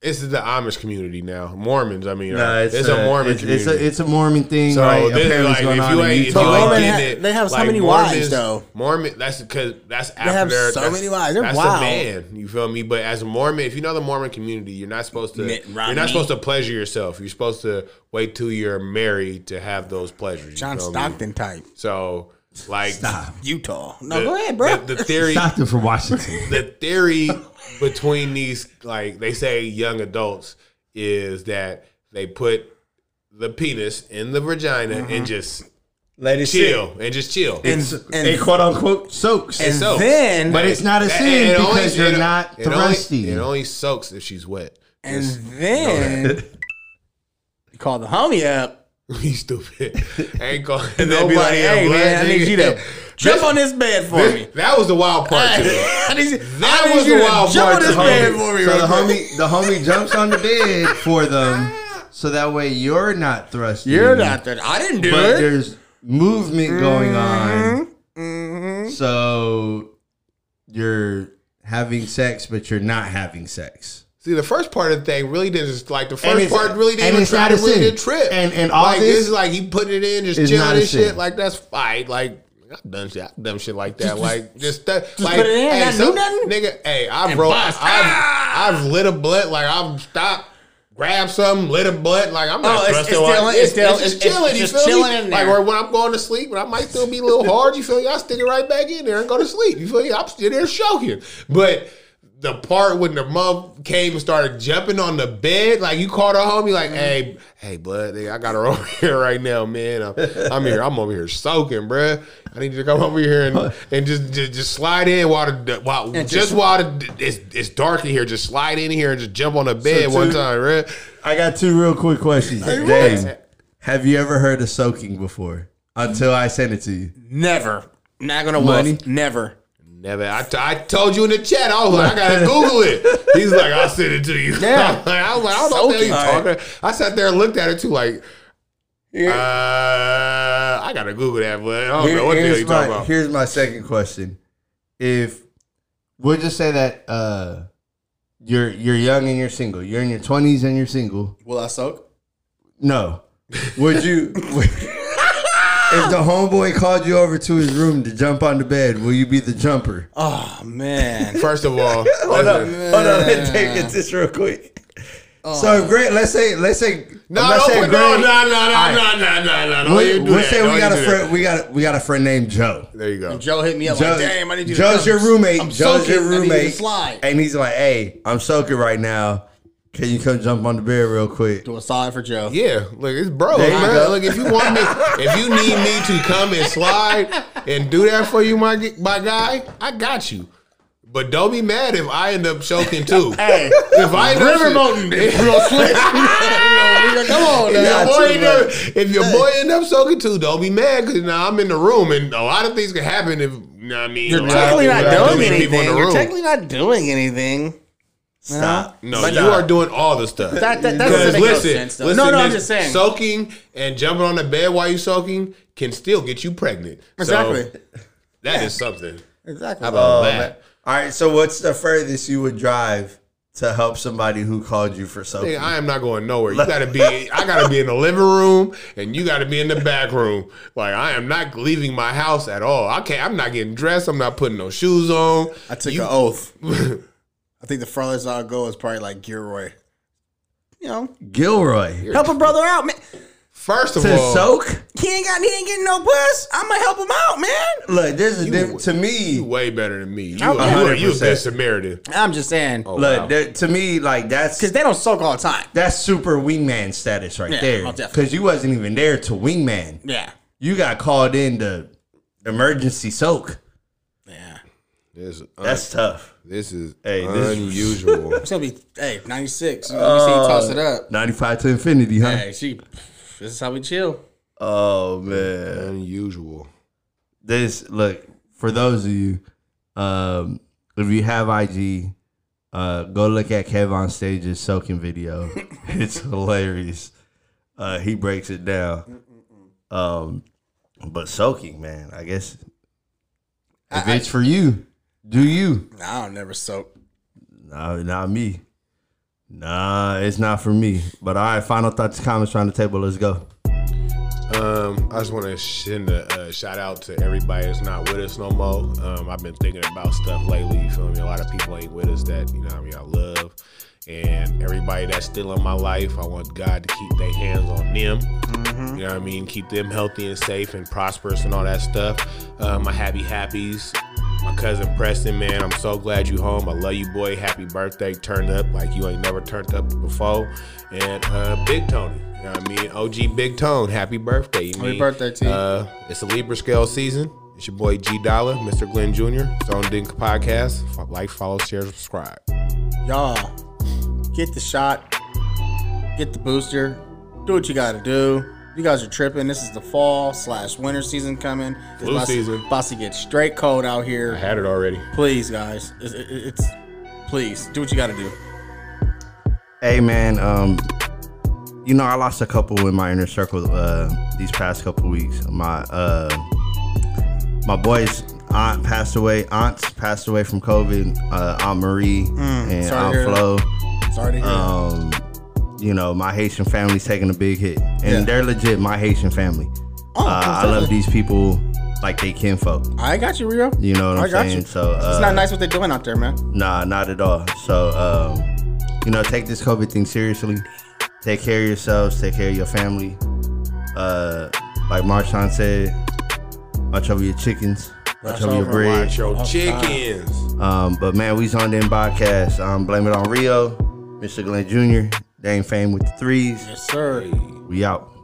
Speaker 1: This is the Amish community now. Mormons, I mean,
Speaker 3: Nah,
Speaker 1: are- it's, a, Mormon
Speaker 3: It's, it's
Speaker 1: community.
Speaker 3: a it's a Mormon thing.
Speaker 1: So
Speaker 3: right?
Speaker 1: this is
Speaker 3: Apparently it's
Speaker 1: like if
Speaker 3: going
Speaker 1: you
Speaker 3: on in
Speaker 1: ain't, if you
Speaker 3: Utah.
Speaker 1: ain't
Speaker 2: Mormon
Speaker 1: getting
Speaker 2: ha-
Speaker 1: it,
Speaker 2: they have so
Speaker 1: like
Speaker 2: many
Speaker 1: Mormons,
Speaker 2: wives, though.
Speaker 1: Mormon, that's because that's after
Speaker 2: have
Speaker 1: their-
Speaker 2: so
Speaker 1: that's-
Speaker 2: many wives. They're
Speaker 1: that's
Speaker 2: wild.
Speaker 1: the man. You feel me? But as a Mormon, if you know the Mormon community, you're not supposed to.
Speaker 2: Mitt
Speaker 1: You're
Speaker 2: Romney.
Speaker 1: not supposed to pleasure yourself. You're supposed to wait till you're married to have those pleasures. you
Speaker 2: John
Speaker 1: feel me?
Speaker 2: Stockton type,
Speaker 1: So like,
Speaker 3: Stop.
Speaker 2: Utah. No,
Speaker 1: The,
Speaker 2: go ahead, bro.
Speaker 1: The, the theory
Speaker 3: Doctor from Washington.
Speaker 1: the theory between these like they say young adults is that they put the penis in the vagina
Speaker 2: Mm-hmm.
Speaker 1: and just
Speaker 3: Let it
Speaker 1: chill and just chill.
Speaker 2: And-
Speaker 3: It's-
Speaker 2: and-
Speaker 3: it quote unquote soaks.
Speaker 2: and
Speaker 1: soaks.
Speaker 2: then
Speaker 3: But it's not a
Speaker 1: That-
Speaker 3: sin
Speaker 1: it only-
Speaker 3: because you're
Speaker 1: it-
Speaker 3: not
Speaker 1: it only-
Speaker 3: thrusty.
Speaker 1: it only soaks if she's wet.
Speaker 2: and then you call the homie up
Speaker 1: You stupid. Ain't calling
Speaker 2: and then
Speaker 1: nobody
Speaker 2: be like, "Hey
Speaker 1: a
Speaker 2: man, I
Speaker 1: black
Speaker 2: need you
Speaker 1: nigga."
Speaker 2: to jump
Speaker 1: This-
Speaker 2: on this bed for me."
Speaker 1: this- That was the wild part to it.
Speaker 2: I need you,
Speaker 1: That
Speaker 2: I need
Speaker 1: was
Speaker 2: you
Speaker 1: the
Speaker 2: to
Speaker 1: wild
Speaker 2: jump
Speaker 1: part
Speaker 2: on
Speaker 1: to
Speaker 2: this
Speaker 1: the
Speaker 2: bed
Speaker 1: homie.
Speaker 2: for me.
Speaker 3: So
Speaker 2: real
Speaker 3: the
Speaker 2: quick.
Speaker 3: homie, the homie jumps on the bed for them, so that way you're not thrusting.
Speaker 2: You're not that. I didn't do
Speaker 3: But
Speaker 2: it.
Speaker 3: there's movement going on, Mm-hmm. so you're having sex, but you're not having sex.
Speaker 1: See, the first part of the thing really didn't like the
Speaker 3: And
Speaker 1: first
Speaker 3: it's-
Speaker 1: part really didn't
Speaker 3: and
Speaker 1: even
Speaker 3: it's
Speaker 1: try
Speaker 3: not
Speaker 1: to
Speaker 3: a
Speaker 1: really
Speaker 3: sin.
Speaker 1: did trip.
Speaker 3: And- and all
Speaker 1: like,
Speaker 3: this
Speaker 1: is like he put it in, just
Speaker 3: is
Speaker 1: chill
Speaker 3: not a
Speaker 1: and shit.
Speaker 3: sin.
Speaker 1: Like that's fine. Like I've done shit, I've done shit like that. like just that. like
Speaker 2: put it in,
Speaker 1: hey,
Speaker 2: not do
Speaker 1: some-
Speaker 2: nothing?
Speaker 1: nigga. Hey, I broke. I've,
Speaker 2: bust.
Speaker 1: I've lit a blunt. Like I've stopped. Grab something, lit a blunt. Like I'm
Speaker 2: Oh,
Speaker 1: not
Speaker 2: it's-
Speaker 1: thrusting.
Speaker 2: it's
Speaker 1: like,
Speaker 2: still- it's
Speaker 1: it's,
Speaker 2: still-
Speaker 1: it's just
Speaker 2: it's- it's
Speaker 1: chilling. You
Speaker 2: just
Speaker 1: feel
Speaker 2: chilling
Speaker 1: me?
Speaker 2: in
Speaker 1: Like
Speaker 2: there.
Speaker 1: or when I'm going to sleep, but I might still be a little hard. You feel me? I stick it right back in there and go to sleep. You feel me? I'm still there choking. But the part when the mom came and started jumping on the bed, like you called her home, you like, hey, hey, bud, nigga, I got her over here right now, man. I'm, I'm here. I'm over here soaking, bruh. I need you to come over here and, and just, just just slide in while the while
Speaker 2: And
Speaker 1: just,
Speaker 2: just-
Speaker 1: while the, it's it's dark in here. Just slide in here and just jump on the bed one
Speaker 3: two-
Speaker 1: time, bruh.
Speaker 3: I got two real quick questions. Dave, have you ever heard of soaking before? Until I send it to you.
Speaker 2: Never. Not gonna
Speaker 3: Money?
Speaker 2: woof. Never.
Speaker 1: Never. I, t- I told you in the chat. I was like, I gotta Google it. He's like, I'll send it to you.
Speaker 2: Yeah.
Speaker 1: I was like, I don't know what the hell you
Speaker 2: Soaking.
Speaker 1: talking. I sat there and looked at it too, like, uh, I gotta Google that, but I don't
Speaker 3: Here-
Speaker 1: know what the hell
Speaker 3: here's,
Speaker 1: you
Speaker 3: my,
Speaker 1: talking about.
Speaker 3: here's my second question. If we'll just say that uh, you're you're young and you're single, you're in your twenties and you're single.
Speaker 2: Will I soak?
Speaker 3: No, would you would, If the homeboy called you over to his room to jump on the bed, will you be the jumper?
Speaker 2: Oh man.
Speaker 1: First of all,
Speaker 5: Hold up,
Speaker 1: listen,
Speaker 5: hold up. Let's take it this real quick.
Speaker 3: So if Grant, let's say, let's say,
Speaker 1: No,
Speaker 3: I'm not
Speaker 1: don't
Speaker 3: saying
Speaker 1: put, no,
Speaker 3: Grant.
Speaker 1: no, no, no, no, no, no, no.
Speaker 3: we,
Speaker 1: Don't you do
Speaker 3: we'll
Speaker 1: that.
Speaker 3: say
Speaker 1: Don't
Speaker 3: we
Speaker 1: you
Speaker 3: got a
Speaker 1: do that.
Speaker 3: friend. We got a, we got a friend named Joe.
Speaker 1: There you go.
Speaker 2: Joe hit me up
Speaker 3: Joe,
Speaker 2: like, damn, I need you to
Speaker 3: Joe's
Speaker 2: come.
Speaker 3: your roommate.
Speaker 2: I'm
Speaker 3: Joe's
Speaker 2: soaking. I
Speaker 3: your
Speaker 2: need you to
Speaker 3: roommate.
Speaker 2: slide.
Speaker 3: And he's like, "Hey, I'm soaking right now. Can you come jump on the bed real quick?"
Speaker 2: Do a side for Joe.
Speaker 1: Yeah, look, it's bros,
Speaker 3: you
Speaker 1: man.
Speaker 3: go.
Speaker 1: Look, if you want me, if you need me to come and slide and do that for you, my g- my guy, I got you. But don't be mad if I end up choking too.
Speaker 2: Hey,
Speaker 1: If I end up
Speaker 2: riverboating this real slick. Come on,
Speaker 1: If your,
Speaker 2: now.
Speaker 1: boy end up, if your boy end up soaking too, don't be mad because now I'm in the room and a lot of things can happen. If you know what I mean,
Speaker 2: You're
Speaker 1: A lot of
Speaker 2: technically
Speaker 1: people-
Speaker 2: not
Speaker 1: a lot of
Speaker 2: doing
Speaker 1: people in the
Speaker 2: anything. You're
Speaker 1: room.
Speaker 2: technically not doing anything.
Speaker 5: Stop.
Speaker 1: No, you are doing all the stuff.
Speaker 2: That, that, that
Speaker 1: Because
Speaker 2: doesn't make
Speaker 1: listen,
Speaker 2: no sense. Though.
Speaker 1: listen,
Speaker 2: no, no, I'm
Speaker 1: this
Speaker 2: just saying.
Speaker 1: Soaking and jumping on the bed while you're soaking can still get you pregnant. So,
Speaker 2: exactly.
Speaker 1: that is something.
Speaker 2: Exactly.
Speaker 1: How about
Speaker 3: Oh, man.
Speaker 1: that?
Speaker 3: All right. So what's the furthest you would drive to help somebody who called you for something?
Speaker 1: Nigga, I am not going nowhere. You gotta be. I gotta be in the living room, and you gotta be in the back room. Like I am not leaving my house at all. I can't. I'm not getting dressed. I'm not putting no shoes on.
Speaker 2: I took
Speaker 1: You-
Speaker 2: an oath. I think the furthest I'll go is probably like Gilroy. You know,
Speaker 3: Gilroy
Speaker 2: help a brother out, man.
Speaker 1: First of
Speaker 3: to
Speaker 1: all,
Speaker 3: soak.
Speaker 2: He ain't got, he ain't getting no puss. I'm gonna help him out, man.
Speaker 3: Look, there's a
Speaker 1: would-
Speaker 3: diff- to
Speaker 1: you
Speaker 3: me.
Speaker 1: way better than me. You,
Speaker 2: Oh, yeah.
Speaker 1: you, are- you a good
Speaker 3: 100%.
Speaker 1: Samaritan.
Speaker 2: I'm just saying,
Speaker 3: Look,
Speaker 1: wow.
Speaker 3: there, to me, like that's
Speaker 2: cause they don't soak all the time.
Speaker 3: that's super wingman status right
Speaker 2: Yeah, oh,
Speaker 3: there.
Speaker 2: definitely.
Speaker 3: Because you wasn't even there to wingman.
Speaker 2: Yeah,
Speaker 3: You got called in to emergency soak.
Speaker 2: yeah.
Speaker 1: This, is un-
Speaker 3: That's tough.
Speaker 1: this is
Speaker 3: Hey, this-
Speaker 1: unusual.
Speaker 2: It's gonna be hey 96. You know, you see, he toss
Speaker 1: Uh.
Speaker 2: it up.
Speaker 3: Ninety-five to infinity, huh?
Speaker 2: Hey, she. This is how we chill.
Speaker 3: Oh man,
Speaker 1: unusual.
Speaker 3: this look for those of you. Um, if you have IG, uh, go look at Kevon Stage's soaking video. it's hilarious. Uh, he breaks it down. Um, but soaking, man, I guess if it's for you, do you?
Speaker 2: I don't never soak.
Speaker 3: Nah, Uh, not me. Nah, it's not for me. But all right, final thoughts, comments around the table. Let's go.
Speaker 1: Um, I just want to send a uh, shout out to everybody that's not with us no more. Um, I've been thinking about stuff lately. You feel me? A lot of people ain't with us that you know. what I mean, I love, and everybody that's still in my life, I want God to keep their hands on them. You know what I mean? Keep them healthy and safe and prosperous and all that stuff. Um, my happy happies. My cousin Preston, man, I'm so glad you home. I love you, boy. Happy birthday. Turn up like you ain't never turned up before. And uh, Big Tony, you know what I mean? OG Big Tone, happy birthday. You
Speaker 2: Happy
Speaker 1: mean,
Speaker 2: birthday to you.
Speaker 1: Uh, it's a Libra scale season. It's your boy G Dollar, Mr. Glenn Jr. Zone Dink Podcast. F- Like, follow, share, subscribe.
Speaker 2: Y'all, get the shot, get the booster, do what you gotta do. You guys are tripping. This is the fall slash winter season coming. It's
Speaker 1: Flu
Speaker 2: about to-
Speaker 1: season.
Speaker 2: About to get straight cold out
Speaker 1: I
Speaker 2: here.
Speaker 1: had it already.
Speaker 2: Please, guys. It's, it- it's please do what you gotta do.
Speaker 3: Hey man, um, you know I lost a couple in my inner circle uh, these past couple weeks. My uh, my boy's aunt passed away. Aunts passed away from COVID. Uh, Aunt Marie and
Speaker 2: Mm, sorry to
Speaker 3: Aunt
Speaker 2: hear that.
Speaker 3: Flo.
Speaker 2: Sorry to hear. that.
Speaker 3: Um, you know my Haitian family's taking a big hit, and
Speaker 2: Yeah.
Speaker 3: they're legit my Haitian family.
Speaker 2: Oh,
Speaker 3: uh, I love these people like they kinfolk.
Speaker 2: I got you, Rio.
Speaker 3: You know what
Speaker 2: I
Speaker 3: I'm
Speaker 2: got
Speaker 3: saying?
Speaker 2: you.
Speaker 3: So uh,
Speaker 2: it's not nice what they're doing out there, man.
Speaker 3: Nah, not at all. So, um, you know, take this COVID thing seriously. Take care of yourselves. Take care of your family. Uh, like Marshawn said, watch over your chickens. Watch
Speaker 2: Watch
Speaker 3: over your
Speaker 2: over
Speaker 3: bread.
Speaker 1: Watch your chickens.
Speaker 3: Um, but man, we's on the podcast. Um, blame it on Rio, Mr. Glenn Jr., Dame Fame with the threes.
Speaker 2: Yes, sir.
Speaker 3: We out.